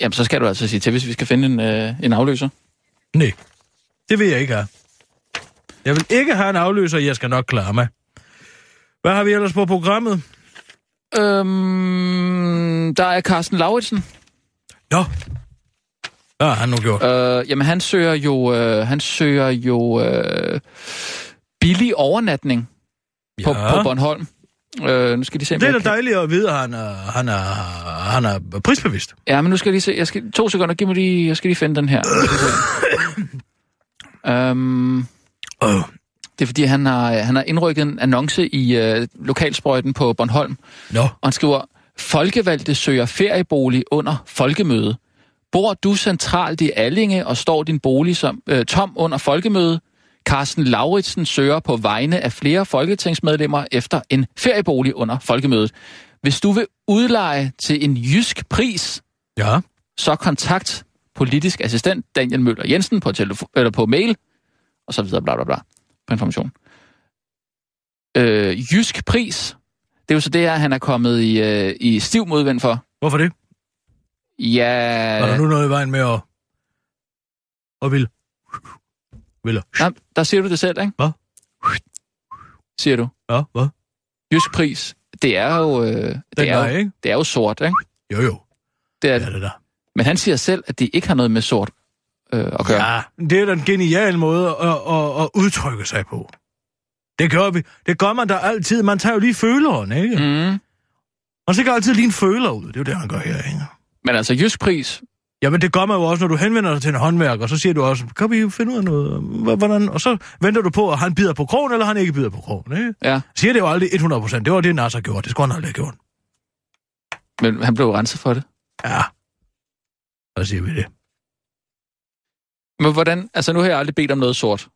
E: jamen, så skal du altså sige til, hvis vi skal finde en, øh, en afløser.
D: Nej, det vil jeg ikke have. Jeg vil ikke have en afløser, jeg skal nok klare mig. Hvad har vi ellers på programmet?
E: Øhm, der er Carsten Lauritsen.
D: Nå, hvad har han nu gjort?
E: Øh, jamen, han søger jo, øh, han søger jo øh, billig overnatning på, på Bornholm. Øh, nu skal de se, om
D: det er
E: jeg
D: da
E: kan-
D: dejligt at vide, at han er, han er, han er prisbevidst.
E: Ja, men nu skal jeg lige se. Jeg skal, to sekunder, giv mig
D: *laughs*
E: lige, jeg skal lige finde den her. øhm,
D: Øh.
E: Det er fordi, han har, han har indrykket en annonce i øh, lokalsprøjten på Bornholm,
D: Nå,
E: og han skriver, Folkevalgte søger feriebolig under folkemøde. Bor du centralt i Allinge og står din bolig som, øh, tom under folkemøde? Carsten Lauritsen søger på vegne af flere folketingsmedlemmer efter en feriebolig under folkemødet. Hvis du vil udleje til en jysk pris,
D: ja.
E: så kontakt politisk assistent Daniel Møller Jensen på, telefon, eller på mail, og så videre, bla bla bla, på information. Øh, Jysk Pris, det er jo så det her, han er kommet i, øh, i stiv modvind for.
D: Hvorfor det?
E: Ja,
D: Var der nu noget i vejen med at... Og vil... Vil
E: nej, der siger du det selv, ikke?
D: Hvad?
E: Siger du.
D: Ja, hvad?
E: Jysk Pris, det er jo, øh, det
D: Den
E: er
D: vej,
E: jo,
D: ikke?
E: det er jo sort, ikke?
D: Jo, jo.
E: Det er,
D: Ja,
E: det.
D: det der.
E: men han siger selv, at det ikke har noget med sort øh, at gøre.
D: Ja, Ah, det er da en genial måde at, at, at udtrykke sig på. Det gør vi. Det gør man da altid. Man tager jo lige føleren, ikke? Mm.
E: Mm.
D: Og så kan altid lige en føler ud. Det er jo det, han gør her, ikke?
E: Men altså, Jysk Pris,
D: Jamen, det gør man jo også, når du henvender dig til en håndværker, og så siger du også, kan vi finde ud af noget? H- Hvordan? Og så venter du på, at han bider på krogen, eller han ikke bider på krogen, ikke?
E: ja,
D: Siger det jo aldrig 100%. Det var det, Nasser gjorde. Det skulle han aldrig have gjort.
E: men han blev renset for det.
D: Ja. Så siger vi det.
E: Men hvordan, altså nu har jeg aldrig bedt om noget sort.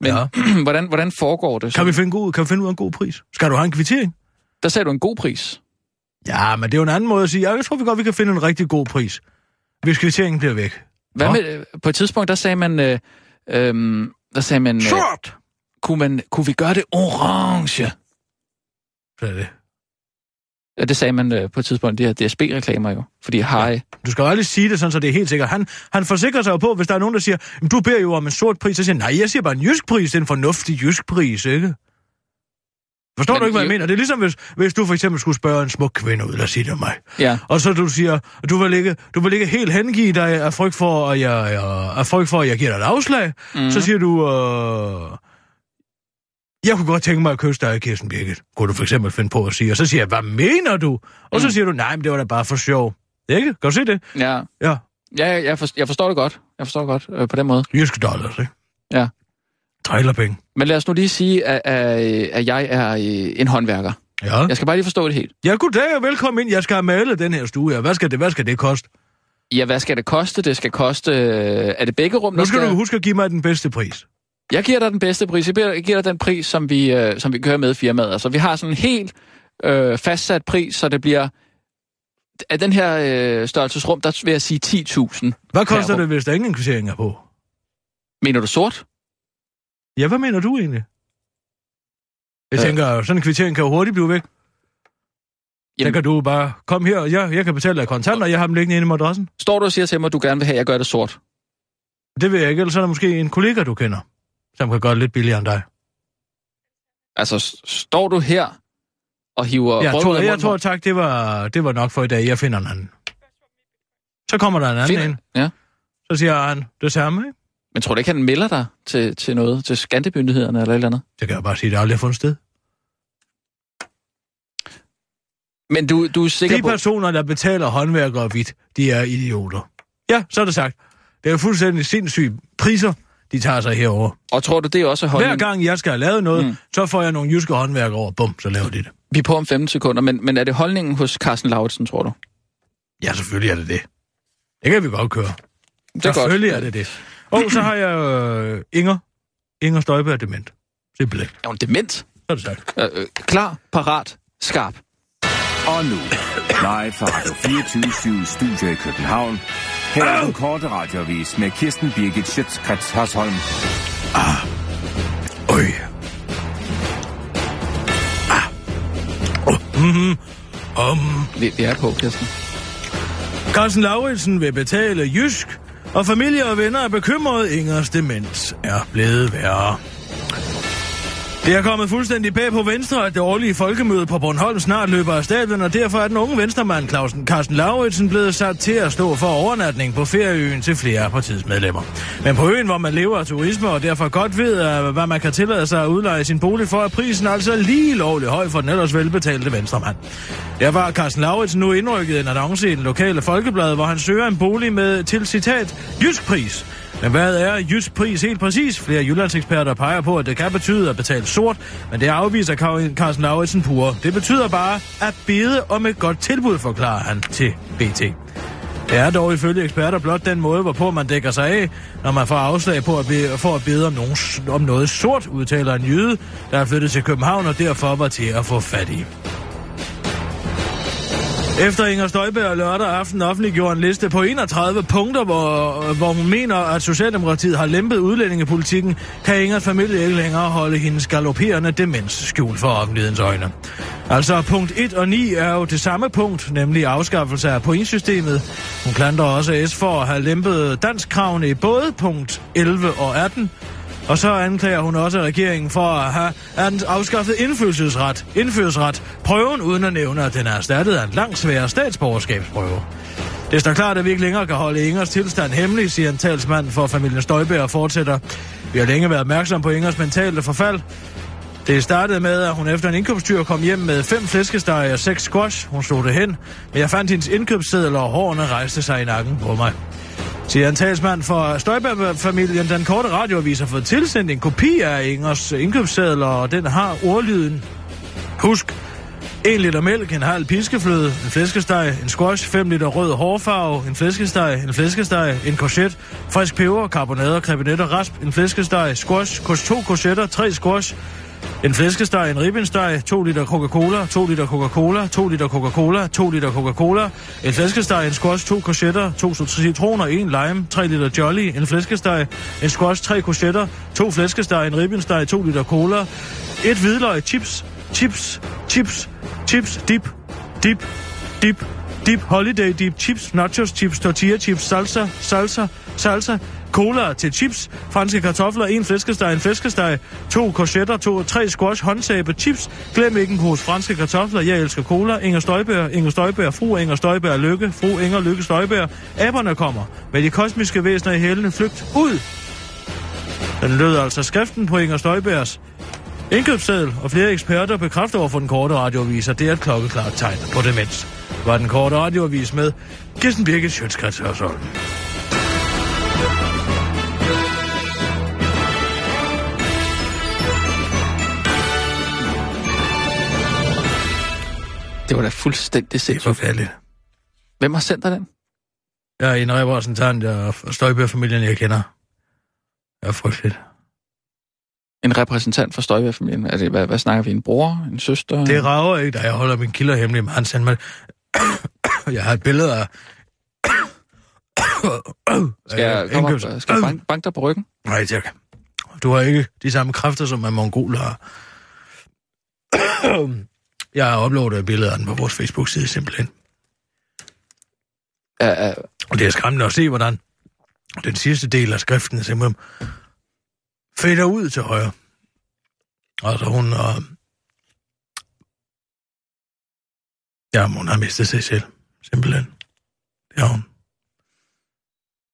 E: Men
D: Ja.
E: ja. *clears throat* hvordan, hvordan foregår det?
D: Kan
E: Så?
D: vi, finde god, kan vi finde ud af en god pris? Skal du have en kvittering?
E: Der sagde du en god pris.
D: Ja, men det er jo en anden måde at sige, ja, jeg tror vi godt, vi kan finde en rigtig god pris, hvis kvitteringen bliver væk.
E: Hvad
D: Nå.
E: med, øh, på et tidspunkt, der sagde man, øh, øh, der sagde man, øh,
D: Sort!
E: kunne man, kunne vi gøre det orange?
D: Så er det.
E: Ja, det sagde man øh, på et tidspunkt, det her DSB-reklamer jo. Fordi hej,
D: Du skal jo aldrig sige det sådan, så det er helt sikkert. Han, han forsikrer sig jo på, hvis der er nogen, der siger, "Jamen, du beder jo om en sort pris, så siger han, nej, jeg siger bare en jysk pris, det er en fornuftig jysk pris, ikke? Forstår
E: Men
D: du ikke, hvad jeg
E: jo-
D: mener? Det er ligesom, hvis, hvis du for eksempel skulle spørge en smuk kvinde ud, lad os sige det om mig.
E: ja,
D: Og så du siger, du vil ikke, du vil ikke helt hengive dig af frygt for, at jeg, jeg, af frygt for, at jeg giver dig et afslag. Mm. Så siger du, øh, jeg kunne godt tænke mig at kysse dig, Kirsten Birgit. Kunne du for eksempel finde på at sige. Og så siger jeg, hvad mener du? Og så siger du, nej, men det var da bare for sjov. Ikke? Kan du se det?
E: ja,
D: Ja,
E: ja jeg, forstår, jeg forstår det godt. Jeg forstår det godt øh, på den måde.
D: jyske dollars, ikke?
E: Ja.
D: Trailerpenge.
E: Men lad os nu lige sige, at, at, at jeg er øh, en håndværker.
D: Ja.
E: Jeg skal bare lige forstå det helt.
D: Ja, goddag og velkommen ind. Jeg skal have malet den her stue her. Hvad skal det, hvad skal det koste?
E: Ja, hvad skal det koste? Det skal koste... øh, Er det begge rum, der
D: Nu skal du huske at give mig den bedste pris.
E: Jeg giver dig den bedste pris. Jeg giver- Jeg giver dig den pris, som vi, øh, som vi kører med i firmaet. Altså, vi har sådan en helt øh, fastsat pris, så det bliver... Af den her øh, størrelsesrum, der vil jeg sige 10.000.
D: Hvad koster
E: Ja,
D: det, hvis der ingen kvittering er på?
E: Mener du sort?
D: Ja, hvad mener du egentlig? Jeg
E: Øh.
D: tænker, sådan en kvittering kan jo hurtigt blive væk. Jamen. Der
E: Jamen-
D: kan du bare, kom her, og jeg, jeg kan betale dig kontanter, og jeg har dem liggende inde i madrassen.
E: Står du og siger til mig, at du gerne vil have, at jeg gør det sort?
D: Det vil jeg ikke, ellers er der måske en kollega, du kender, som kan gøre det lidt billigere end dig.
E: Altså, s- står du her og hiver
D: jeg
E: brød
D: tror,
E: ud af
D: jeg
E: munden
D: tror
E: på-
D: tak, det var, det var nok for i dag. Jeg finder en anden. Så kommer der en anden
E: Finder-
D: ind.
E: Ja.
D: Så siger han det samme, ikke?
E: Men tror du ikke, han melder dig til, til noget? Til skandebyndighederne eller et eller andet?
D: Det kan jeg bare sige, det aldrig har fundet sted.
E: Men du, du er sikker
D: De
E: på...
D: personer, der betaler håndværkere hvidt, de er idioter. Ja, så er det sagt. Det er jo fuldstændig sindssyge priser, de tager sig herover.
E: Og tror du, det er også
D: Hver
E: holdning?
D: gang jeg skal have lavet noget,
E: Mm.
D: mm. så får jeg nogle jyske håndværkere over. Bum, så laver de det.
E: Vi er på om 15 sekunder, men, men er det holdningen hos Carsten Lauritsen, tror du?
D: Ja, selvfølgelig er det det. Det kan vi godt køre.
E: Det er
D: selvfølgelig
E: godt.
D: er det det. Og så har jeg øh, Inger. Inger Støjberg er dement. Simpelthen.
E: Er hun dement?
D: Så er det sagt.
E: Øh, øh, klar, parat, skarp.
F: Og nu, live fra Radio 24 Studio i København. Her er den korte radiovis med Kirsten Birgit Schøtzgrads Hasholm.
D: Øj.
E: Vi, vi er på, Kirsten.
D: Carsten Lauritsen vil betale jysk, og familie og venner er bekymrede. Ingers demens er blevet værre. Det er kommet fuldstændig bag på Venstre, at det årlige folkemøde på Bornholm snart løber af stablen, og derfor er den unge venstremand Clausen Carsten Lauritsen blevet sat til at stå for overnatning på ferieøen til flere af partiets medlemmer. Men på øen, hvor man lever af turisme og derfor godt ved, øh, hvad man kan tillade sig at udleje sin bolig for, er prisen altså lige lovlig høj for den ellers velbetalte venstremand. Derfor har Carsten Lauritsen nu indrykket en annonce i den lokale folkeblad, hvor han søger en bolig med til citat, jysk pris. Men hvad er jysk pris helt præcis? Flere jyllandseksperter peger på, at det kan betyde at betale sort, men det afviser Karin- Carsten Lauritsen pure. Det betyder bare at bede om et godt tilbud, forklarer han til BT. Det er dog ifølge eksperter blot den måde, hvorpå man dækker sig af, når man får afslag på at, be, for at bede om, nogen, om noget sort, udtaler en jyde, der er flyttet til København og derfor var til at få fat i. Efter Inger Støjberg lørdag aften offentliggjorde en liste på 31 punkter, hvor, hvor hun mener, at Socialdemokratiet har lempet udlændingepolitikken, kan Ingers familie ikke længere holde hendes galopperende demens skjult for offentlighedens øjne. Altså punkt 1 og 9 er jo det samme punkt, nemlig afskaffelse af pointsystemet. Hun klandrer også S for at have lempet danskravene i både punkt 11 og 18, og så anklager hun også regeringen for at have at afskaffet indfødsret, indfødsret prøven, uden at nævne, at den er erstattet af en langt sværere statsborgerskabsprøve. Det står klart, at vi ikke længere kan holde Ingers tilstand hemmelig, siger en talsmand for familien Støjberg og fortsætter. Vi har længe været opmærksom på Ingers mentale forfald, det startede med, at hun efter en indkøbstur kom hjem med fem flæskesteg og seks squash. Hun slog det hen, men jeg fandt hendes indkøbsseddel, og hårene rejste sig i nakken på mig. Siger en talsmand for Støjberg-familien, den korte radioavis har fået tilsendt en kopi af Ingers indkøbsseddel, og den har ordlyden. Husk, en liter mælk, en halv piskefløde, en flæskesteg, en squash, 5 liter rød hårfarve, en flæskesteg, en flæskesteg, en korset, frisk peber, karbonader, krebinetter, rasp, en flæskesteg, squash, kors to korsetter, tre squash, en flæskesteg, en ribbensteg, 2 liter Coca-Cola, 2 liter Coca-Cola, 2 liter Coca-Cola, 2 liter Coca-Cola, en flæskesteg, en squash, to korsetter, to citroner, en lime, 3 liter Jolly, en flæskesteg, en squash, tre korsetter, to flæskesteg, en ribbensteg, 2 liter cola, et hvidløg, chips, chips, chips, chips, dip, dip, dip, dip, holiday dip, chips, nachos chips, tortilla chips, salsa, salsa, salsa, cola til chips, franske kartofler, en flæskesteg, en flæskesteg, to korsetter, to, tre squash, håndsæbe, chips. Glem ikke en pose franske kartofler, jeg elsker cola, Inger Støjbær, Inger Støjbær, fru Inger Støjbær, Lykke, fru Inger Lykke Støjbær. Aberne kommer, med de kosmiske væsener i hælene flygt ud. Den lød altså skriften på Inger Støjbærs Indkøbsseddel og flere eksperter bekræfter over for den korte radioavis, at det er et klokkeklart tegn på demens. Var den korte radioavis med Kirsten Birgit Sjøtskrets Hørsholm.
E: Det var da fuldstændig sindssygt.
D: Forfærdeligt.
E: Hvem har sendt dig den?
D: Jeg er en repræsentant af Støjbær-familien, jeg kender. Jeg er frygteligt.
E: En repræsentant for Støjberg-familien? Er det, hvad, hvad snakker vi? En bror? En søster?
D: Det rager ikke, da jeg holder min kilder hemmelig, men han sendte mig... *coughs* jeg har et billede
E: *coughs*
D: af...
E: skal
D: Øh,
E: jeg, komme op,
D: *coughs* Indkøbs-
E: skal jeg banke, banke dig på ryggen?
D: Nej, tak. Du har ikke de samme kræfter, som en mongol har. jeg har uploadet et billede af den på vores Facebook-side simpelthen.
E: Ja, ja,
D: Og det er skræmmende at se, hvordan den sidste del af skriften simpelthen fader ud til højre. Altså hun... Øh... Jamen, hun har mistet sig selv. Simpelthen. Det har hun.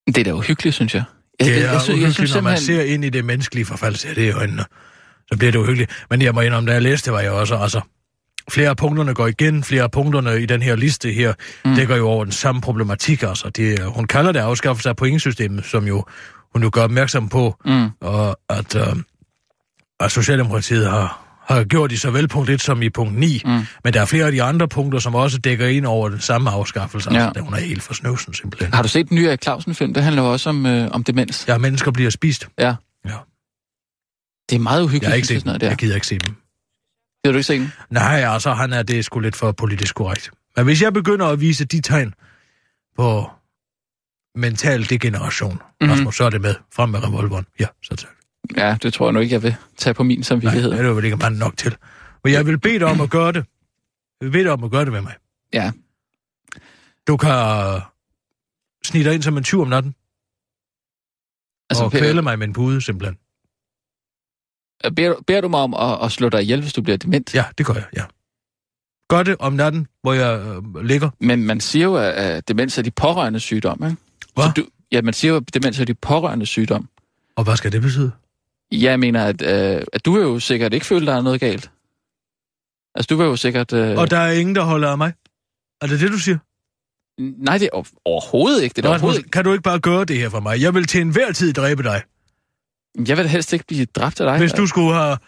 E: det er da uhyggeligt, synes jeg. Jeg,
D: Det er
E: jeg, jeg, sy- jeg,
D: uhyggeligt,
E: synes
D: når man
E: simpelthen...
D: ser ind i det menneskelige forfald, ser det i øjnene. Så bliver det uhyggeligt. Men jeg må indrømme, da jeg læste, var jeg også, altså, flere af punkterne går igen, flere af punkterne i den her liste her, mm. dækker jo over den samme problematik, altså. Det, er- hun kalder det afskaffelse af pointsystemet, som jo, hun jo gør opmærksom på,
E: Mm.
D: og at, øh, at Socialdemokratiet har, har gjort i såvel punkt 1 som i punkt 9, mm. men der er flere af de andre punkter, som også dækker ind over den samme afskaffelse, ja.
E: Ja.
D: altså, da hun er helt for snøvsen, simpelthen.
E: Har du set den nye Erik Clausen-film? Det handler jo også om, øh, om demens.
D: Ja, mennesker bliver spist.
E: Ja.
D: Ja.
E: Det er meget uhyggeligt,
D: Jeg har ikke
E: sådan
D: set dem.
E: noget der.
D: Jeg gider ikke se dem.
E: Det har du ikke set den?
D: Nej, altså, han er, det er sgu lidt for politisk korrekt. Men hvis jeg begynder at vise de tegn på mental degeneration, mm-hmm.
E: Mhm.
D: Rasmus, så er det med. Frem med revolveren. Ja, så tak.
E: Ja, det tror jeg nu ikke, jeg vil tage på min
D: Nej,
E: samvittighed.
D: det er
E: Nej,
D: der vel ikke mand nok til. Men jeg vil bede dig om at gøre det. Jeg vil bede dig om at gøre det med mig.
E: ja.
D: Du kan snige dig ind som en tyv om natten, altså, og
E: beder-
D: kvæle mig med en pude, simpelthen.
E: Beder, du- beder du mig om at, at slå dig ihjel, hvis du bliver dement?
D: Ja, det gør jeg, ja. Gør det om natten, hvor jeg øh, ligger.
E: Men man siger jo, at, at demens er de pårørende sygdom, ikke?
D: Hvad?
E: Så du, ja, man siger jo, at demens er de pårørende sygdom.
D: Og hvad skal det betyde?
E: Jeg mener, at, øh, at du vil jo sikkert ikke føle, der er noget galt. Altså, du vil jo sikkert... Øh,
D: Og der er ingen, der holder af mig. Er det det, du siger?
E: Nej, det er ov- overhovedet ikke. Det er da
D: Rasmus,
E: overhovedet ikke.
D: kan du ikke bare gøre det her for mig? Jeg vil til enhver tid dræbe dig,
E: Jeg vil da helst ikke blive dræbt af dig.
D: hvis du skulle have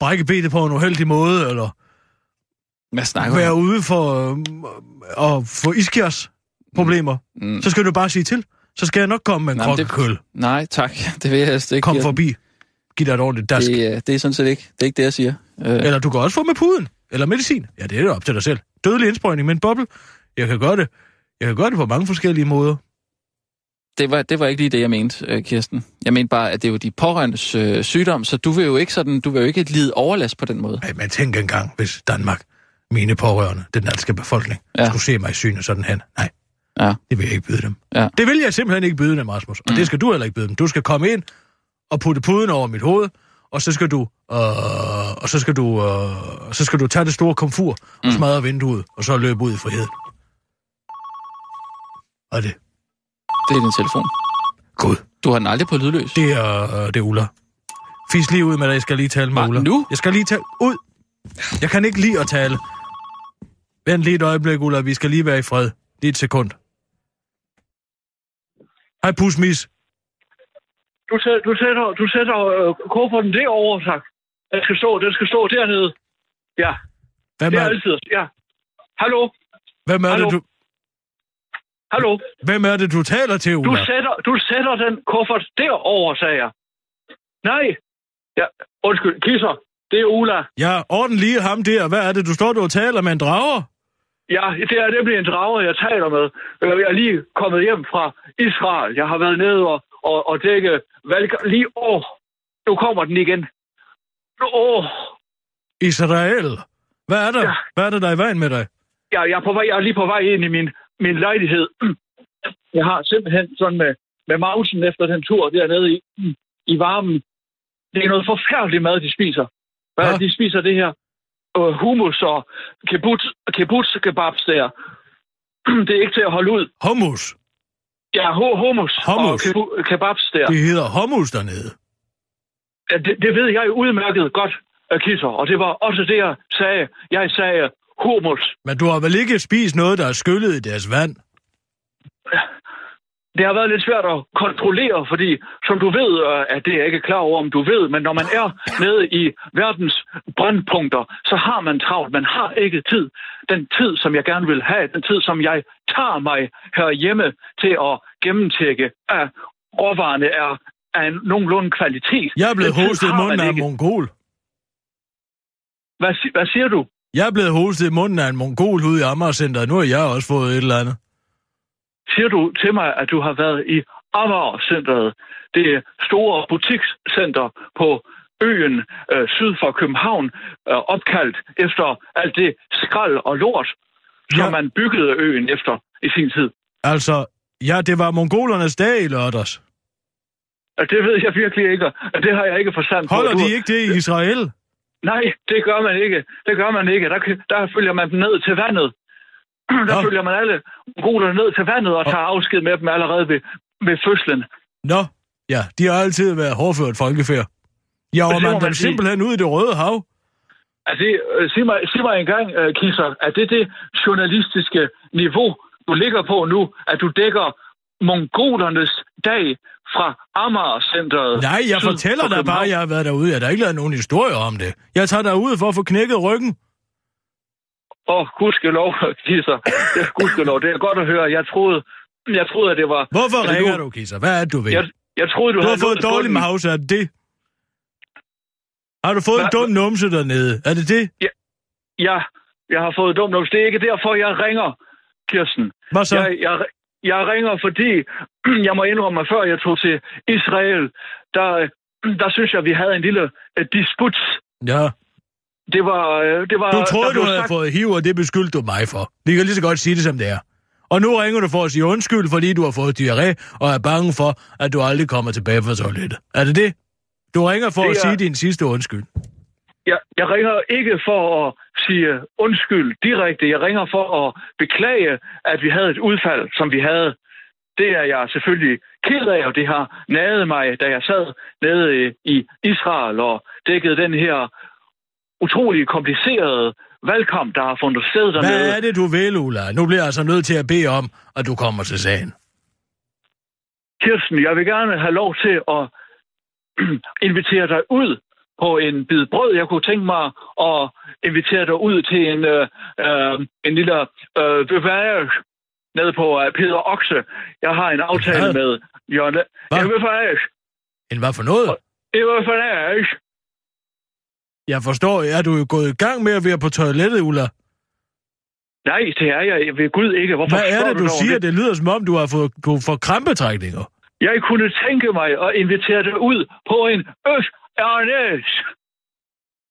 D: brækket benet på en uheldig måde, eller
E: Hvad snakker du
D: være
E: om?
D: ude for øh, at få iskias problemer,
E: Mm.
D: mm. så skal du bare sige til. Så skal jeg nok komme med en
E: Nej, men det-
D: krokkekøl.
E: Nej, tak. *laughs* Det vil jeg helst ikke.
D: Kom
E: Jeg-
D: forbi. Giv dig et ordentligt dask.
E: Det, øh, det er sådan set ikke. Det er ikke det, jeg siger. Øh,
D: Eller du kan også få med puden. Eller medicin. Ja, det er det op til dig selv. Dødelig indsprøjtning med en boble. Jeg kan gøre det. Jeg kan gøre det på mange forskellige måder.
E: det, var, det var ikke lige det, jeg mente, øh, Kirsten. Jeg mente bare, at det er jo de pårørendes øh, sygdom, så du vil jo ikke sådan, du vil jo ikke lide overlast på den måde.
D: Ej, men tænk engang, hvis Danmark, mine pårørende, den danske befolkning,
E: Ja.
D: ja. skulle se mig i syne sådan hen. Nej,
E: Ja.
D: det vil jeg ikke byde dem.
E: Ja.
D: Det vil jeg simpelthen ikke byde dem, Rasmus. Og mm. det skal du heller ikke byde dem. Du skal komme ind og putte puden over mit hoved, og så skal du, øh, og så skal du, øh, så skal du tage det store komfur og smadre vinduet, og så løbe ud i friheden. Og det,
E: Det er din telefon.
D: gud.
E: Du har den aldrig på lydløs.
D: Det er, øh, det er Ulla. Fis lige ud med dig, jeg skal lige tale med
E: Hvad,
D: Ulla.
E: nu?
D: Jeg skal lige tale ud. Jeg kan ikke lide at tale. Vent lige et øjeblik, Ulla. Vi skal lige være i fred. Lige et sekund. Hej, pusmis.
G: Du, sæt, du sætter, du sætter øh, kofferten derovre, tak. Den skal stå, den skal stå dernede. Ja,
D: Hvem
G: det er
D: er,
G: altid. Ja. Hallo,
D: hvem, er det,
G: Hallo?
D: du,
G: hallo.
D: hvem er det, du taler til,
G: Du,
D: Ulla?
G: sætter, du sætter den kuffert derovre, sagde jeg. Nej. Ja, undskyld, kisser. Det er Ulla.
D: Ja, orden lige ham der. Hvad er det, du står du og taler med en drager?
G: Ja, det er nemlig en drager, jeg taler med. Øh, Jeg er lige kommet hjem fra Israel. Jeg har været nede og, og, og dække valg... Lige, åh, nu kommer den igen. Åh,
D: Israel. Hvad er der?
G: Ja.
D: Hvad er det, der er i vejen med dig?
G: jeg, jeg, er på vej, jeg er lige på vej ind i min, min lejlighed. *clears throat* Jeg har simpelthen sådan med, med mausen efter den tur dernede i, i varmen. Det er noget forfærdeligt mad, de spiser. Hvad?
D: Hva?
G: De spiser det her uh, hummus og kibbutz, kibbutz kebabs der. *clears throat* Det er ikke til at holde ud.
D: Hummus.
G: Ja, ho- hummus, og
D: Hummus.
G: kebu- kebabs der.
D: Det hedder hummus dernede.
G: Ja, Det, det ved jeg jo udmærket godt, øh, Kisser. Og det var også det, jeg sagde. Jeg sagde hummus.
D: Men du har vel ikke spist noget, der er skyllet i deres vand?
G: Det har været lidt svært at kontrollere, fordi som du ved, øh, at det er jeg ikke klar over, om du ved, men når man er nede i verdens brandpunkter, så har man travlt. Man har ikke tid. Den tid, som jeg gerne vil have, den tid, som jeg tager mig herhjemme til at gennemtække, at råvarerne er af en nogenlunde kvalitet.
D: Jeg er blevet
G: Den tid
D: hostet i
G: har man
D: munden af en
G: ikke.
D: mongol.
G: Hvad, si- hvad siger du?
D: Jeg er blevet hostet i munden af en mongol ude i Amagercenteret. Nu har jeg også fået et eller andet.
G: Siger du til mig, at du har været i Amager-centret, det store butikscenter på øen øh, syd for København, øh, opkaldt efter alt det skrald og lort, som
D: Ja.
G: ja. man byggede øen efter i sin tid?
D: Altså, ja, det var mongolernes dag i lørdags.
G: Og det ved jeg virkelig ikke, og det har jeg ikke forstand på.
D: Holder
G: Du-
D: de ikke det i Israel?
G: Nej, det gør man ikke. Det gør man ikke. Der, kan- der følger man dem ned til vandet. *clears throat* Der
D: Nå.
G: følger man alle mongolerne ned til vandet og tager afsked med dem allerede ved, ved fødslen.
D: Nå, ja, de har altid været hårdført folkefærd. Jeg
G: må
D: overmandt dem
G: man sige.
D: simpelthen ud i det røde hav.
G: Altså, øh, sig mig, sig mig engang, øh, Kisser, er det det journalistiske niveau, du ligger på nu, at du dækker mongolernes dag fra Amager-centret?
D: Nej, jeg
G: syd
D: fortæller
G: for
D: dig bare,
G: København?
D: at jeg har været derude. Jeg har da ikke lavet nogen historie om det. Jeg tager derud for at få knækket ryggen.
G: Åh, oh, gudskelov, Kisser. Det er gudskelov, det er godt at høre. Jeg troede, jeg troede at det var...
D: Hvorfor
G: at det
D: ringer
G: nu-
D: du, Kisser? Hvad er det, du ved?
G: Jeg, jeg troede, du,
D: Du har
G: havde
D: fået
G: nået
D: dårlig
G: bunden.
D: mavse, er det det? Har du fået en
G: Hvad-
D: dum numse dernede? Er det det?
G: Ja, jeg har fået dumt Det er ikke derfor, jeg ringer, Kirsten.
D: Hvad så?
G: Jeg, jeg, jeg ringer, fordi *clears throat* jeg må indrømme, at før jeg tog til Israel, der, *clears throat* der synes jeg, vi havde en lille uh, disput.
D: Ja.
G: Det var... øh, Det var
D: Du
G: der
D: troede, du
G: blev
D: havde
G: sagt-
D: fået hiv, og det beskyldte du mig for. Vi kan lige så godt sige det, som det er. Og nu ringer du for at sige undskyld, fordi du har fået diarré, og er bange for, at du aldrig kommer tilbage fra toilettet. Er det det? Du ringer for
G: Det
D: at
G: er-
D: sige din sidste undskyld.
G: Jeg, jeg ringer ikke for at sige øh, undskyld direkte. Jeg ringer for at beklage, at vi havde et udfald, som vi havde. Det er jeg selvfølgelig ked af, og det har naget mig, da jeg sad nede øh, i Israel og dækkede den her utrolig komplicerede valgkamp, der har fundet sted dernede.
D: Hvad er det, du vil, Ulla? Nu bliver jeg altså nødt til at bede om, at du kommer til sagen.
G: Kirsten, jeg vil gerne have lov til at *clears throat* invitere dig ud på en bid brød. Jeg kunne tænke mig at invitere dig ud til en, øh, øh, en lille øh, bevægelse nede på øh, Peter Okse. Jeg har en aftale
D: Hvad?
G: med Jørgen. La-
D: Hvad?
G: En bevægelse.
D: Men hvad for noget?
G: En bevægelse.
D: Jeg forstår, er du jo gået i gang med at være på toilettet, Ulla?
G: Nej, det er jeg ved Gud ikke. Hvorfor
D: Hvad er
G: slår
D: det, du
G: dog
D: siger? Det lyder som om, du har fået, du får krampetrækninger.
G: Jeg kunne tænke mig at invitere dig ud på en øs Ernest.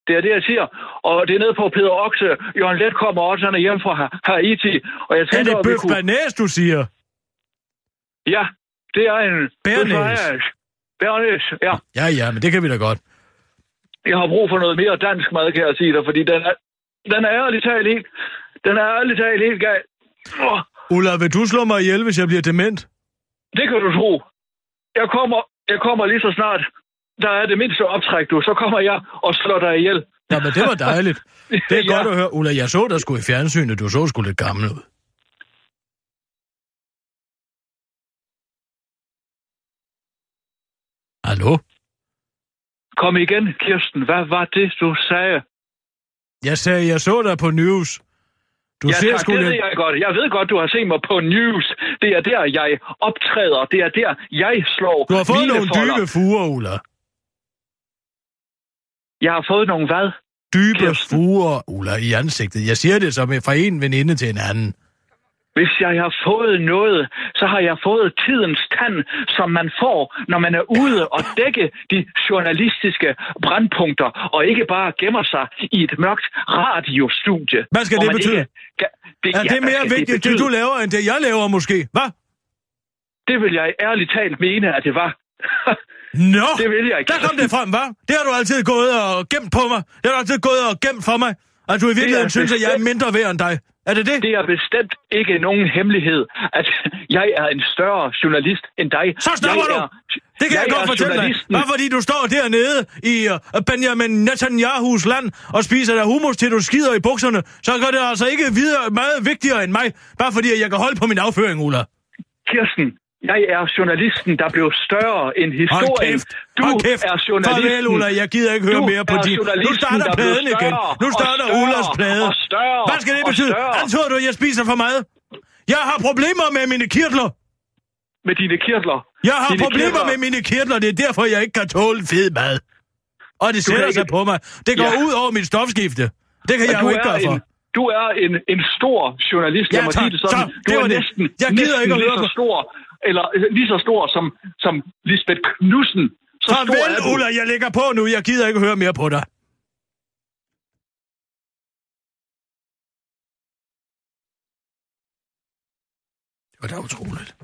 G: Det er det, jeg siger. Og det er nede på Peter Okse. Jørgen Let kommer også, han er hjemme fra Ha- Haiti. Og jeg
D: Er
G: tænker,
D: det
G: at vi
D: bøf
G: kunne...
D: banæs, du siger?
G: Ja, det er en...
D: Bearnaise.
G: Bærnæs, ja.
D: Ja, ja, men det kan vi da godt.
G: Jeg har brug for noget mere dansk mad, kan jeg sige dig, fordi den er, den er ærligt talt helt... Den er ærligt talt helt gal. Åh,
D: Ulla, vil du slå mig ihjel, hvis jeg bliver dement?
G: Det kan du tro. Jeg kommer, jeg kommer lige så snart, der er det mindste optræk, du. Så kommer jeg og slår dig ihjel.
D: Nå, men det var
G: *laughs*
D: dejligt. Det er
G: Ja.
D: godt at høre. Ulla, jeg så dig sgu i fjernsynet. Du så sgu lidt gammel ud. Hallo?
G: Kom igen, Kirsten. Hvad var det, du sagde?
D: Jeg sagde, jeg så dig på news. Du
G: ja,
D: ser
G: tak,
D: sgu
G: det
D: lidt...
G: ved jeg godt. Jeg ved godt, du har set mig på news. Det er der, jeg optræder. Det er der, jeg slår
D: Du har fået nogle
G: milefolder.
D: dybe fuger, Ulla.
G: Jeg har fået nogle hvad?
D: Dybe
G: Kirsten.
D: fuger, Ulla, i ansigtet. Jeg siger det som fra en veninde til en anden.
G: Hvis jeg har fået noget, så har jeg fået tidens tand, som man får, når man er ude og dække de journalistiske brandpunkter, og ikke bare gemmer sig i et mørkt radiostudie.
D: Hvad skal
G: hvor
D: det
G: man
D: betyde?
G: ikke kan- det,
D: Er
G: ja,
D: det
G: hvad
D: mere
G: skal
D: vigtigt, det
G: betyde?
D: du laver, end det jeg laver måske? Hvad?
G: Det vil jeg ærligt talt mene, at det var. *laughs*
D: Nå,
G: Det vil jeg ikke.
D: der kom det frem, hva'? Det har du altid gået og gemt på mig. Det har du altid gået og gemt for mig. At du i virkeligheden synes, at jeg er
G: bestemt-
D: mindre værd end dig. Er det det?
G: det er bestemt ikke nogen hemmelighed, at jeg er en større journalist end dig.
D: Så stopper
G: jeg
D: du!
G: Er,
D: Det kan jeg,
G: jeg
D: godt
G: er
D: fortælle dig.
G: journalisten.
D: Bare fordi du står dernede i øh, Benjamin Netanyahu's land og spiser der hummus til du skider i bukserne, så gør det altså ikke videre meget vigtigere end mig, bare fordi at jeg kan holde på min afføring, Ulla.
G: Kirsten, jeg er journalisten, der blev større end
D: Hold
G: historien.
D: kæft.
G: Du
D: Hold kæft.
G: er journalisten.
D: Farvel, Ulla. Jeg gider ikke høre
G: Du
D: mere på
G: er
D: din. Nu
G: journalisten,
D: starter
G: der blev
D: pladen igen.
G: større
D: Nu
G: og
D: starter
G: større
D: Ullas plade.
G: og større
D: Hvad skal det
G: og
D: betyde?
G: større.
D: Antager du, at jeg spiser for meget? Jeg har problemer med mine kirtler.
G: Med dine kirtler.
D: Jeg har
G: Dine
D: problemer med
G: kirtler.
D: mine kirtler. Det er derfor, jeg ikke kan tåle fed mad. Og det sætter
G: ikke-
D: sig på mig. Det går
G: Ja.
D: ud over mit stofskifte. Det kan
G: Og
D: jeg
G: du
D: jo ikke
G: er
D: gøre for.
G: En, du er en, en stor journalist,
D: Ja,
G: jeg må
D: tak.
G: sige det sådan.
D: Så,
G: du
D: det
G: er
D: var det.
G: næsten,
D: Jeg gider
G: næsten
D: ikke at
G: lige
D: høre
G: så
D: på-
G: stor, eller øh, lige så stor som, som Lisbeth Knudsen. Så stor
D: Farvel,
G: er du.
D: Ulla. Jeg lægger på nu. Jeg gider ikke høre mere på dig. Det var da utroligt.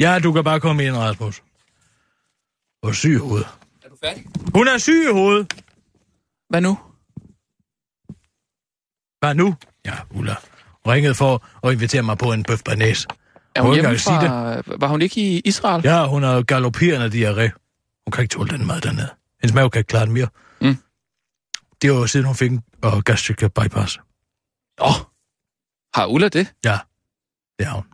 D: Ja, du kan bare komme ind, Rasmus. Og syg i hovedet.
E: Er du færdig?
D: Hun er syg i hovedet.
E: Hvad nu?
D: Hvad nu? Ja, Ulla. Ringede for at invitere mig på en bøf banæs.
E: Er hun hjemme
D: ikke engang sige
E: fra... Var hun ikke i Israel?
D: Ja, hun har galopperende diarré. Hun kan ikke tåle den mad dernede. Hendes mave kan ikke klare den mere.
E: Mm.
D: Det var jo siden, hun fik en og gastric bypass.
E: Åh, har Ulla det?
D: Det har hun.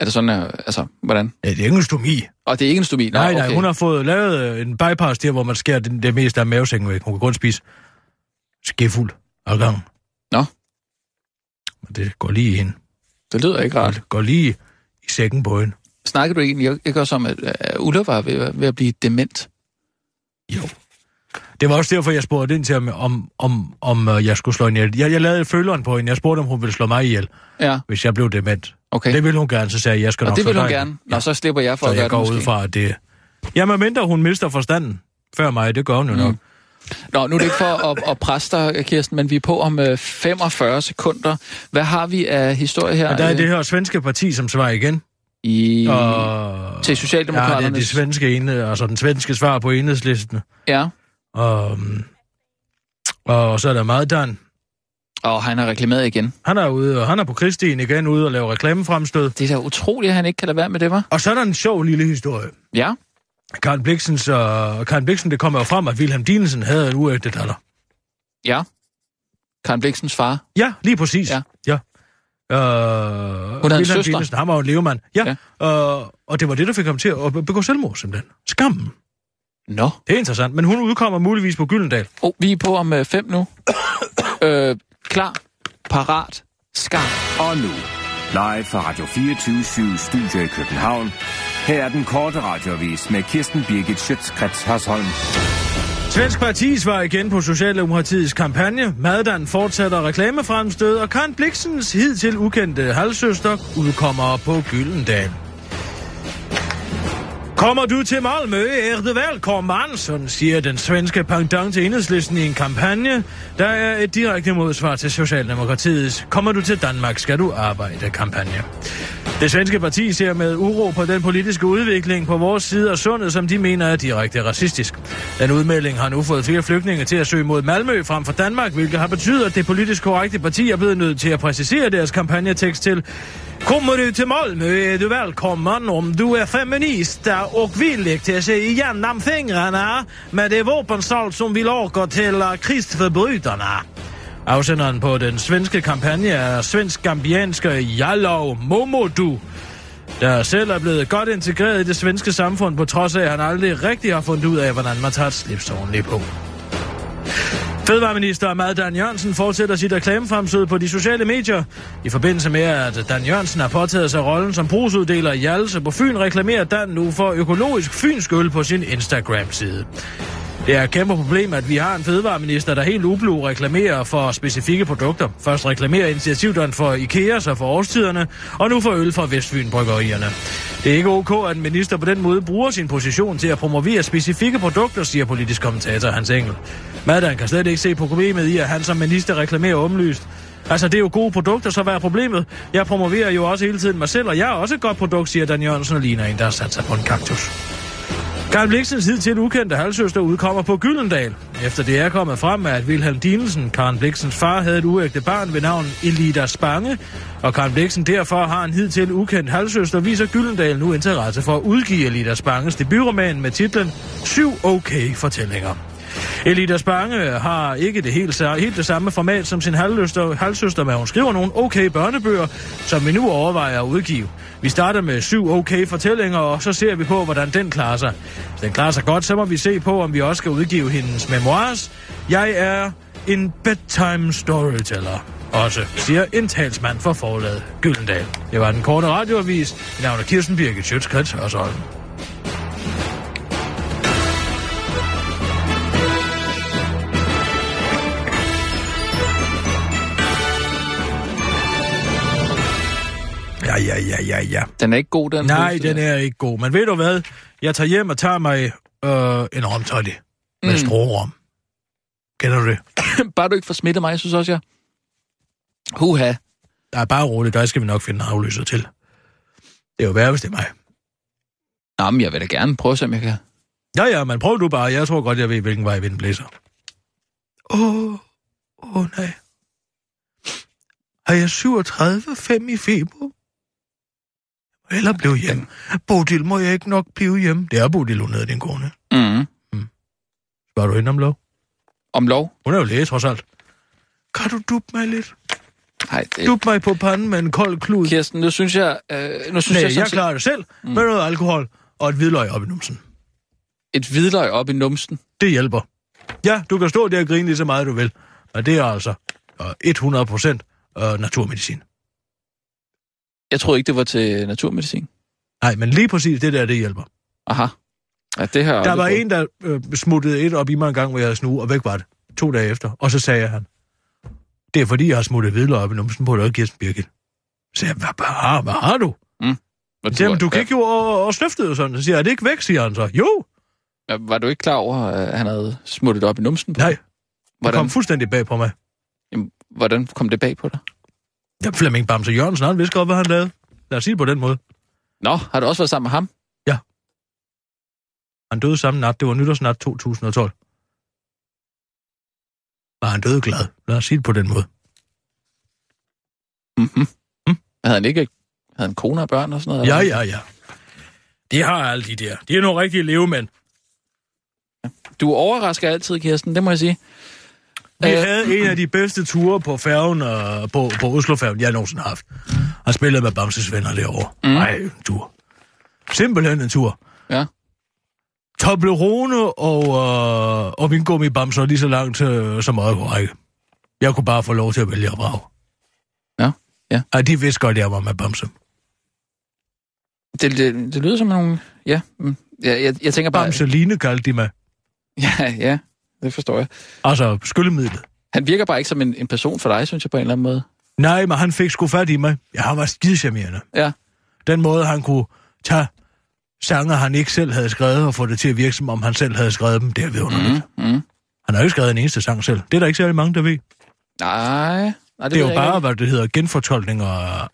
E: Er det sådan, øh, altså, hvordan?
D: Ja, det er ikke en stomi.
E: Og det er ikke en stomi? Nå,
D: Nej, nej,
E: okay.
D: hun har fået lavet øh, en bypass der, hvor man skærer det, det meste af mavesækken væk. Hun kan kun spise skefuld ad gangen.
E: Nå.
D: Men det går lige ind.
E: Det lyder ikke rart.
D: Det går lige i sækken på hende.
E: Snakker du egentlig ikke også om, at at Ulla var ved, ved at blive dement?
D: Jo. Det var også derfor, jeg spurgte ind til, om, om, om, om øh, jeg skulle slå hende ihjel. Jeg, jeg lavede følgeren på hende. Jeg spurgte, om hun ville slå mig ihjel,
E: Ja,
D: hvis jeg blev dement.
E: okay.
D: Det ville hun gerne, så sagde jeg, jeg skal
E: Og
D: nok
E: det
D: slå
E: vil hun
D: dig ihjel.
E: gerne. Nå, så slipper jeg for
D: Så
E: at gøre det
D: jeg går
E: måske.
D: ud fra, at det... Jamen, mindre hun mister forstanden før mig, det gør hun jo nok.
E: Mm. Nå, nu er det ikke for at, at presse dig, Kirsten, men vi er på om øh, 45 sekunder. Hvad har vi af historie her?
D: Men der er
E: øh,
D: det her svenske parti, som svarer igen.
E: Mm. I...
D: Og...
E: Til
D: Ja, det er de
E: Socialdemokraternes...
D: svenske ene, altså den svenske svar på enhedslisten.
E: Ja,
D: Og, mm, og så er der Maddan.
E: og han har reklameret igen.
D: Han er ude, og han er på Kristin igen ude og laver reklamefremstød.
E: Det er da utroligt, at han ikke kan lade være med det, var.
D: Og så er der en sjov lille historie.
E: Ja,
D: Karen Bliksens, og Karen Bliksen, det kommer jo frem, at Wilhelm Dinesen havde en uægte datter.
E: ja. Karen Bliksens far.
D: Ja, lige præcis.
E: Ja.
D: Ja. ja. Øh,
E: Hun havde en
D: Wilhelm
E: søster.
D: Dinesen, Han var jo en levemand. Ja. ja. Øh, og det var det, der fik ham til at begå selvmord, simpelthen. Skammen.
E: Nå.
D: Det er interessant, men hun udkommer muligvis på Gyldendal.
E: Oh, vi er på om øh, fem nu. *coughs* øh, klar, parat, skarp.
F: Og nu, live fra Radio 24 Studio i København. Her er den korte radiovis med Kirsten Birgit Schøtzgrads Hasholm.
D: Svensk Parti var igen på Socialdemokratiets kampagne. Maddan fortsætter reklamefremstød, og Karen Bliksens hidtil ukendte halvsøster udkommer på Gyldendal. Kommer du til Malmø, er det velkommen, Andersen, siger den svenske pendant til enhedslisten i en kampagne, der er et direkte modsvar til Socialdemokratiets Kommer du til Danmark, skal du arbejde-kampagne. Det svenske parti ser med uro på den politiske udvikling på vores side af sundet, som de mener er direkte racistisk. Den udmelding har nu fået flere flygtninge til at søge mod Malmø frem for Danmark, hvilket har betydet, at det politisk korrekte parti er blevet nødt til at præcisere deres kampagnetekst til Kommer du till Malmö är du välkommen om du är feminist och villig till sig igenom fingrarna med det våpenstalt som vill åka till eh, kristförbrytarna. Afsenderen på den svenske kampagne er svensk-gambianske Jalov Momodu, der selv er blevet godt integreret i det svenske samfund, på trods af, at han aldrig rigtig har fundet ud af, hvordan man tager et slips ordentligt på. Fødevareminister Mad Dan Jørgensen fortsætter sit reklamefremstød på de sociale medier. I forbindelse med, at Dan Jørgensen har påtaget sig rollen som brugsuddeler i Hjallelse på Fyn, reklamerer Dan nu for økologisk fynsk øl på sin Instagram-side. Det er et kæmpe problem, at vi har en fødevareminister, der helt ublu reklamerer for specifikke produkter. Først reklamerer initiativdøren for IKEA, så for årstiderne, og nu for øl fra Vestfyn Bryggerierne. Det er ikke ok, at en minister på den måde bruger sin position til at promovere specifikke produkter, siger politisk kommentator Hans Engel. Madan kan slet ikke se problemet i, at han som minister reklamerer omlyst. Altså, det er jo gode produkter, så hvad er problemet? Jeg promoverer jo også hele tiden mig selv, og jeg er også et godt produkt, siger Dan Jørgensen og ligner en, der har sat sig på en kaktus. Karl Bliksens hid til ukendte halvsøster udkommer på Gyldendal. Efter det er kommet frem, at Wilhelm Dinesen, Karen Bliksens far, havde et uægte barn ved navn Elida Spange, og Karen Bliksen derfor har en hid til ukendt halvsøster, viser Gyldendal nu interesse for at udgive Elida Spanges debutroman med titlen Syv okay fortællinger. Elida Spange har ikke det helt, sa- helt det samme format som sin halvsøster, halvsøster, men hun skriver nogle okay børnebøger, som vi nu overvejer at udgive. Vi starter med syv okay fortællinger, og så ser vi på, hvordan den klarer sig. Hvis den klarer sig godt, så må vi se på, om vi også skal udgive hendes memoirs. Jeg er en bedtime storyteller. Også, siger en talsmand for forlaget Gyldendal. Det var den korte radioavis. Mit navn er Kirsten Birgit Sjøtskrets og sådan. Ja, ja, ja, ja, ja.
E: Den er ikke god, den.
D: Nej,
E: synes jeg.
D: den er ikke god. Men ved du hvad? Jeg tager hjem og tager mig øh, en romtøjde med
E: Mm.
D: mm. strårum. Kender du det?
E: *laughs* Bare du ikke får smittet mig, jeg synes også, jeg... Huha.
D: Der er bare roligt, der skal vi nok finde en afløser til. Det er jo værre, hvis det er mig.
E: Nå, men jeg vil da gerne prøve, at se, om jeg kan...
D: Ja, ja, men prøv du bare. Jeg tror godt, jeg ved, hvilken vej vinden blæser. Åh, oh, åh oh, nej. Har jeg 37,5 i feber? Eller blev hjem. Bodil, må jeg ikke nok blive hjem? Det er Bodil, hun hedder din kone.
E: Mm.
D: Var du hende om lov?
E: Om lov?
D: Hun er jo læge, trods alt. Kan du duppe mig lidt?
E: Nej, det...
D: Duppe mig på panden med en kold klud?
E: Kirsten, nu synes jeg... Øh, nu synes jeg,
D: Nej, jeg
E: sådan set,
D: klarer det selv mm. med noget alkohol og et hvidløg op i numsen.
E: et hvidløg op i numsen.
D: Det hjælper. Ja, du kan stå der og grine lige så meget, du vil. Og det er altså øh, 100 procent øh, naturmedicin.
E: Jeg troede ikke, det var til naturmedicin.
D: Nej, men lige præcis det der, det hjælper.
E: Aha. Ja, det her
D: Der var en, der øh, smuttede et op i mig en gang, hvor jeg havde snu, og væk var det. To dage efter. Og så sagde han, det er fordi, jeg har smuttet hvidløg op i numsen på dig, Kirsten Birgit. Så jeg, hvad, hvad, hvad har du? Jamen, du gik jo og, og snøftede og sådan. Så siger jeg, er det ikke væk, siger han så. Jo,
E: Ja, var du ikke klar over, at han havde smuttet op i numsen? på
D: nej,
E: dig?
D: det
E: Hvordan,
D: kom fuldstændig bag på mig.
E: jamen, hvordan kom det bag på dig?
D: Ja, Flemming Bamse Jørgensen, han vidste godt, hvad han lavede. Lad os sige det på den måde.
E: Nå, har du også været sammen med ham?
D: Han døde samme nat. Det var nytårsnat 2012. Var han døde glad? Lad os sige det på den måde.
E: Mm-hmm. Havde han ikke havde han kone og børn og sådan noget?
D: Ja,
E: eller?
D: ja, ja. De har alle de der. De er nogle rigtige levemænd.
E: Du overrasker altid, Kirsten, det må jeg sige.
D: Vi
E: Øh.
D: havde en af de bedste ture på færgen, øh, på, på Oslofærgen, jeg nogensinde har haft. Har spillet med Bamses venner derovre. Nej, mm. en tur. Simpelthen en tur.
E: Ja.
D: Toblerone og, øh, og min gummibamser lige så langt øh, som øjet kunne række. Jeg kunne bare få lov til at vælge og brage.
E: Ja, ja.
D: Ej, de vidste godt, jeg var med Bamse.
E: Det, det, det lyder som nogle... Ja, mm. ja jeg, jeg tænker bare...
D: Bamseline kaldte de mig.
E: *laughs* Ja, ja, det forstår jeg.
D: Altså, skyllemidlet.
E: Han virker bare ikke som en, en person for dig, synes jeg, på en eller anden måde.
D: Nej, men han fik sgu fat i mig. Ja, han var skidecharmerende.
E: Ja,
D: Den måde, han kunne tage sange, han ikke selv havde skrevet, og få det til at virke, som om han selv havde skrevet dem, det er vidunderligt. Mm,
E: mm.
D: Han har jo ikke skrevet en eneste sang selv. Det er der ikke særlig mange, der ved. Det,
E: nej. nej det,
D: det
E: ved
D: er jo
E: jeg
D: bare,
E: Ikke.
D: hvad det hedder, genfortolkninger af,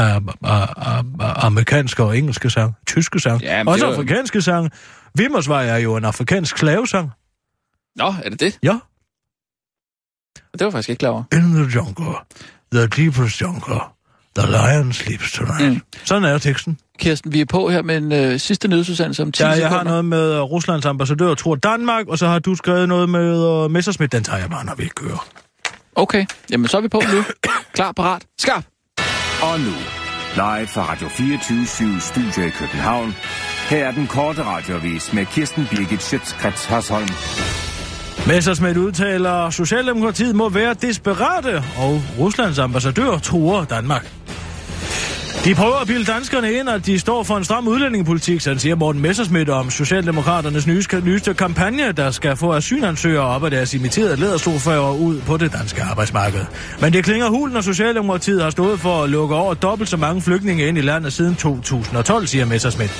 D: af, af, af, af amerikanske og engelske sang, tyske sang,
E: Ja, men det
D: også
E: var-
D: afrikanske sang. Vimmersvej er jo en afrikansk klavesang.
E: Nå, er det det?
D: Ja,
E: Det var jeg faktisk ikke klar over.
D: in the jungle, the deepest jungle, the lion sleeps tonight. Mm.
E: Mm.
D: Sådan er teksten.
E: Kirsten, vi er på her med en øh, sidste nyhedsudsendelse om 10
D: Ja, jeg
E: sekunder.
D: har noget med øh, Ruslands ambassadør, tror Danmark, og så har du skrevet noget med øh, Messerschmidt. Den tager jeg bare, når vi ikke kører.
E: Okay, jamen så er vi på
D: *coughs*
E: nu. Klar, parat, skarp.
F: Og nu, live fra Radio 24 Studio i København. Her er den korte radiovis med Kirsten Birgit Schøtzgrads Hasholm.
D: Messerschmidt udtaler, Socialdemokratiet må være desperate, og Ruslands ambassadør truer Danmark. De prøver at bilde danskerne ind, at de står for en stram udlændingepolitik, sådan siger Morten Messerschmidt om Socialdemokraternes nyeste, nyeste kampagne, der skal få asylansøgere op af deres imiterede lædersofaer ud på det danske arbejdsmarked. Men det klinger hul, når Socialdemokratiet har stået for at lukke over dobbelt så mange flygtninge ind i landet siden 2012, siger Messerschmidt.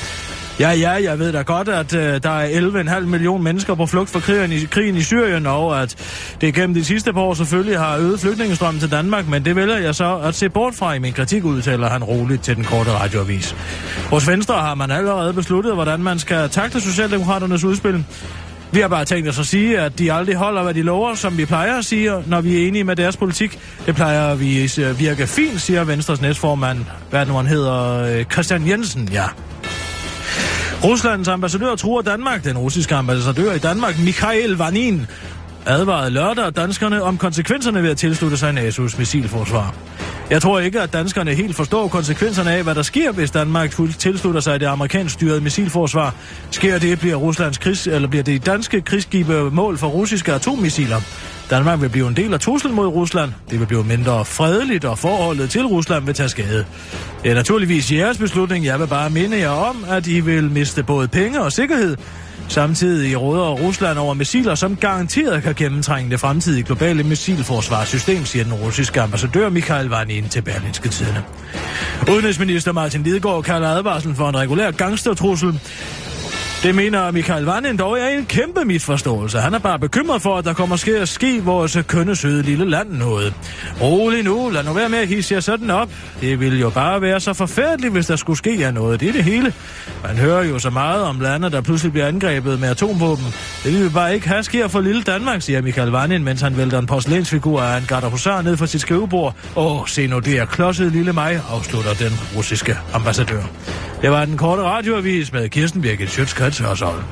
D: Ja, ja, jeg ved da godt, at øh, der er 11,5 millioner mennesker på flugt fra krigen i, krigen i Syrien, og at det gennem de sidste par år selvfølgelig har øget flygtningestrømmen til Danmark, men det vælger jeg så at se bort fra i min kritik, udtaler han roligt til den korte radioavis. Hos Venstre har man allerede besluttet, hvordan man skal takle Socialdemokraternes udspil. Vi har bare tænkt os at sige, at de aldrig holder, hvad de lover, som vi plejer at sige, når vi er enige med deres politik. Det plejer vi øh, virke fint, siger Venstres næstformand, hvad er det nu han hedder, øh, Christian Jensen, ja. Ruslands ambassadør truer Danmark. Den russiske ambassadør i Danmark, Mikhail Vanin, advarede lørdag danskerne om konsekvenserne ved at tilslutte sig NATO's missilforsvar. Jeg tror ikke, at danskerne helt forstår konsekvenserne af, hvad der sker, hvis Danmark fuldt tilslutter sig det amerikansk styrede missilforsvar. Sker det, bliver Ruslands krigs, eller bliver det danske krigsskibe mål for russiske atommissiler. Danmark vil blive en del af truslen mod Rusland. Det vil blive mindre fredeligt, og forholdet til Rusland vil tage skade. Det er naturligvis jeres beslutning. Jeg vil bare minde jer om, at I vil miste både penge og sikkerhed. Samtidig råder Rusland over missiler, som garanteret kan gennemtrænge det fremtidige globale missilforsvarssystem, siger den russiske ambassadør Mikhail Varnin til Berlinske Tidene. Udenrigsminister Martin Lidegaard kalder advarslen for en regulær gangstertrussel. Det mener Michael Vanen dog er en kæmpe misforståelse. Han er bare bekymret for, at der kommer til at ske vores kønne søde lille land noget. Rolig nu, lad nu være med at hisse jer sådan op. Det ville jo bare være så forfærdeligt, hvis der skulle ske jer noget. Det er det hele. Man hører jo så meget om lande, der pludselig bliver angrebet med atomvåben. Det vil vi bare ikke have sker for lille Danmark, siger Michael Vanen, mens han vælter en porcelænsfigur af en garda husar ned fra sit skrivebord. Åh, se nu, det er klodset lille mig, afslutter den russiske ambassadør. Det var den korte radioavis med Kirsten Birgit Schøtzgrads Hørsholm.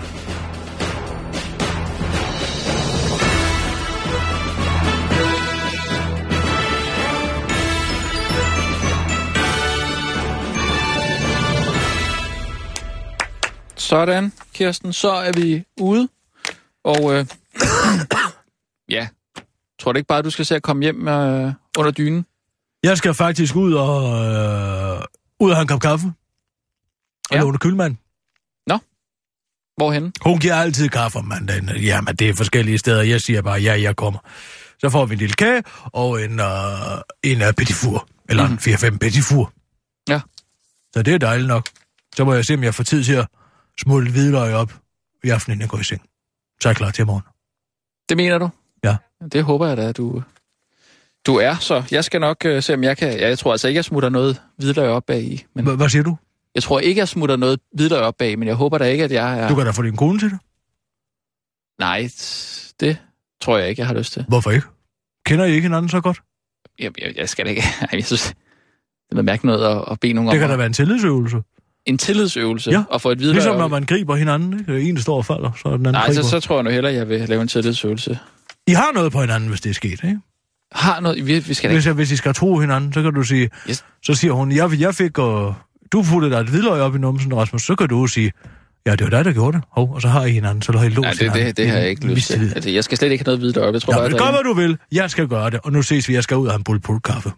E: Sådan, Kirsten, så er vi ude. Og øh, *coughs* ja, tror du ikke bare, du skal se at komme hjem øh, under dynen?
D: Jeg skal faktisk ud og, øh, ud og have en kop kaffe. Og
E: Ja.
D: ja. Lone Kølmann.
E: Hvorhen?
D: Hun giver altid kaffe om mandagen. Jamen, det er forskellige steder. Jeg siger bare, ja, jeg kommer. Så får vi en lille kage og en, øh, en øh, petifur. Eller mm. en 4-5 petifur.
E: Mhm. Ja.
D: Så det er dejligt nok. Så må jeg se, om jeg får tid til at smulte hvidløg op i aften, inden jeg går i seng. Så er jeg klar til i morgen.
E: Det mener du?
D: Ja.
E: Det håber jeg da, at du, du er. Så jeg skal nok øh, se, om jeg kan... Ja, jeg tror altså ikke, jeg smutter noget hvidløg op bag i. Men
D: Hva- Hvad siger du?
E: jeg tror ikke, jeg smutter noget hvidløg op bag, men jeg håber da ikke, at jeg er...
D: Du kan da få din kone til det.
E: Nej, t- det tror jeg ikke, jeg har lyst til.
D: Hvorfor ikke? Kender I ikke hinanden så godt?
E: Jeg, jeg, jeg skal da ikke... *laughs* Ej, jeg synes, det er noget mærkeligt noget at, at bede nogen
D: Det kan
E: om
D: da
E: at-
D: være en tillidsøvelse.
E: en tillidsøvelse
D: Ja,
E: og få et hvidløg
D: Ligesom når
E: op.
D: man griber hinanden, ikke? En står og falder, så er den anden
E: Nej, så,
D: griber.
E: så tror jeg nu hellere, jeg vil lave en tillidsøvelse.
D: I har noget på hinanden, hvis det er sket, ikke?
E: Har noget, vi, vi skal da
D: Hvis,
E: ikke...
D: jeg, hvis I skal tro hinanden, så kan du sige...
E: Yes.
D: Så siger hun, jeg, jeg fik... Og, du puttede dig et hvidløg op i numsen, Rasmus. Så kan du jo sige, ja, det var dig, der gjorde det. Hov, og så har I hinanden, så har I låst
E: Nej, det, det, det har jeg ikke lyst til. Altså, jeg skal slet ikke have noget at vide deroppe. Jeg tror
D: Ja,
E: bare,
D: men
E: der
D: gør,
E: er
D: hvad du vil. Jeg skal gøre det. Og nu ses vi, jeg skal ud og have en bulbulkaffe.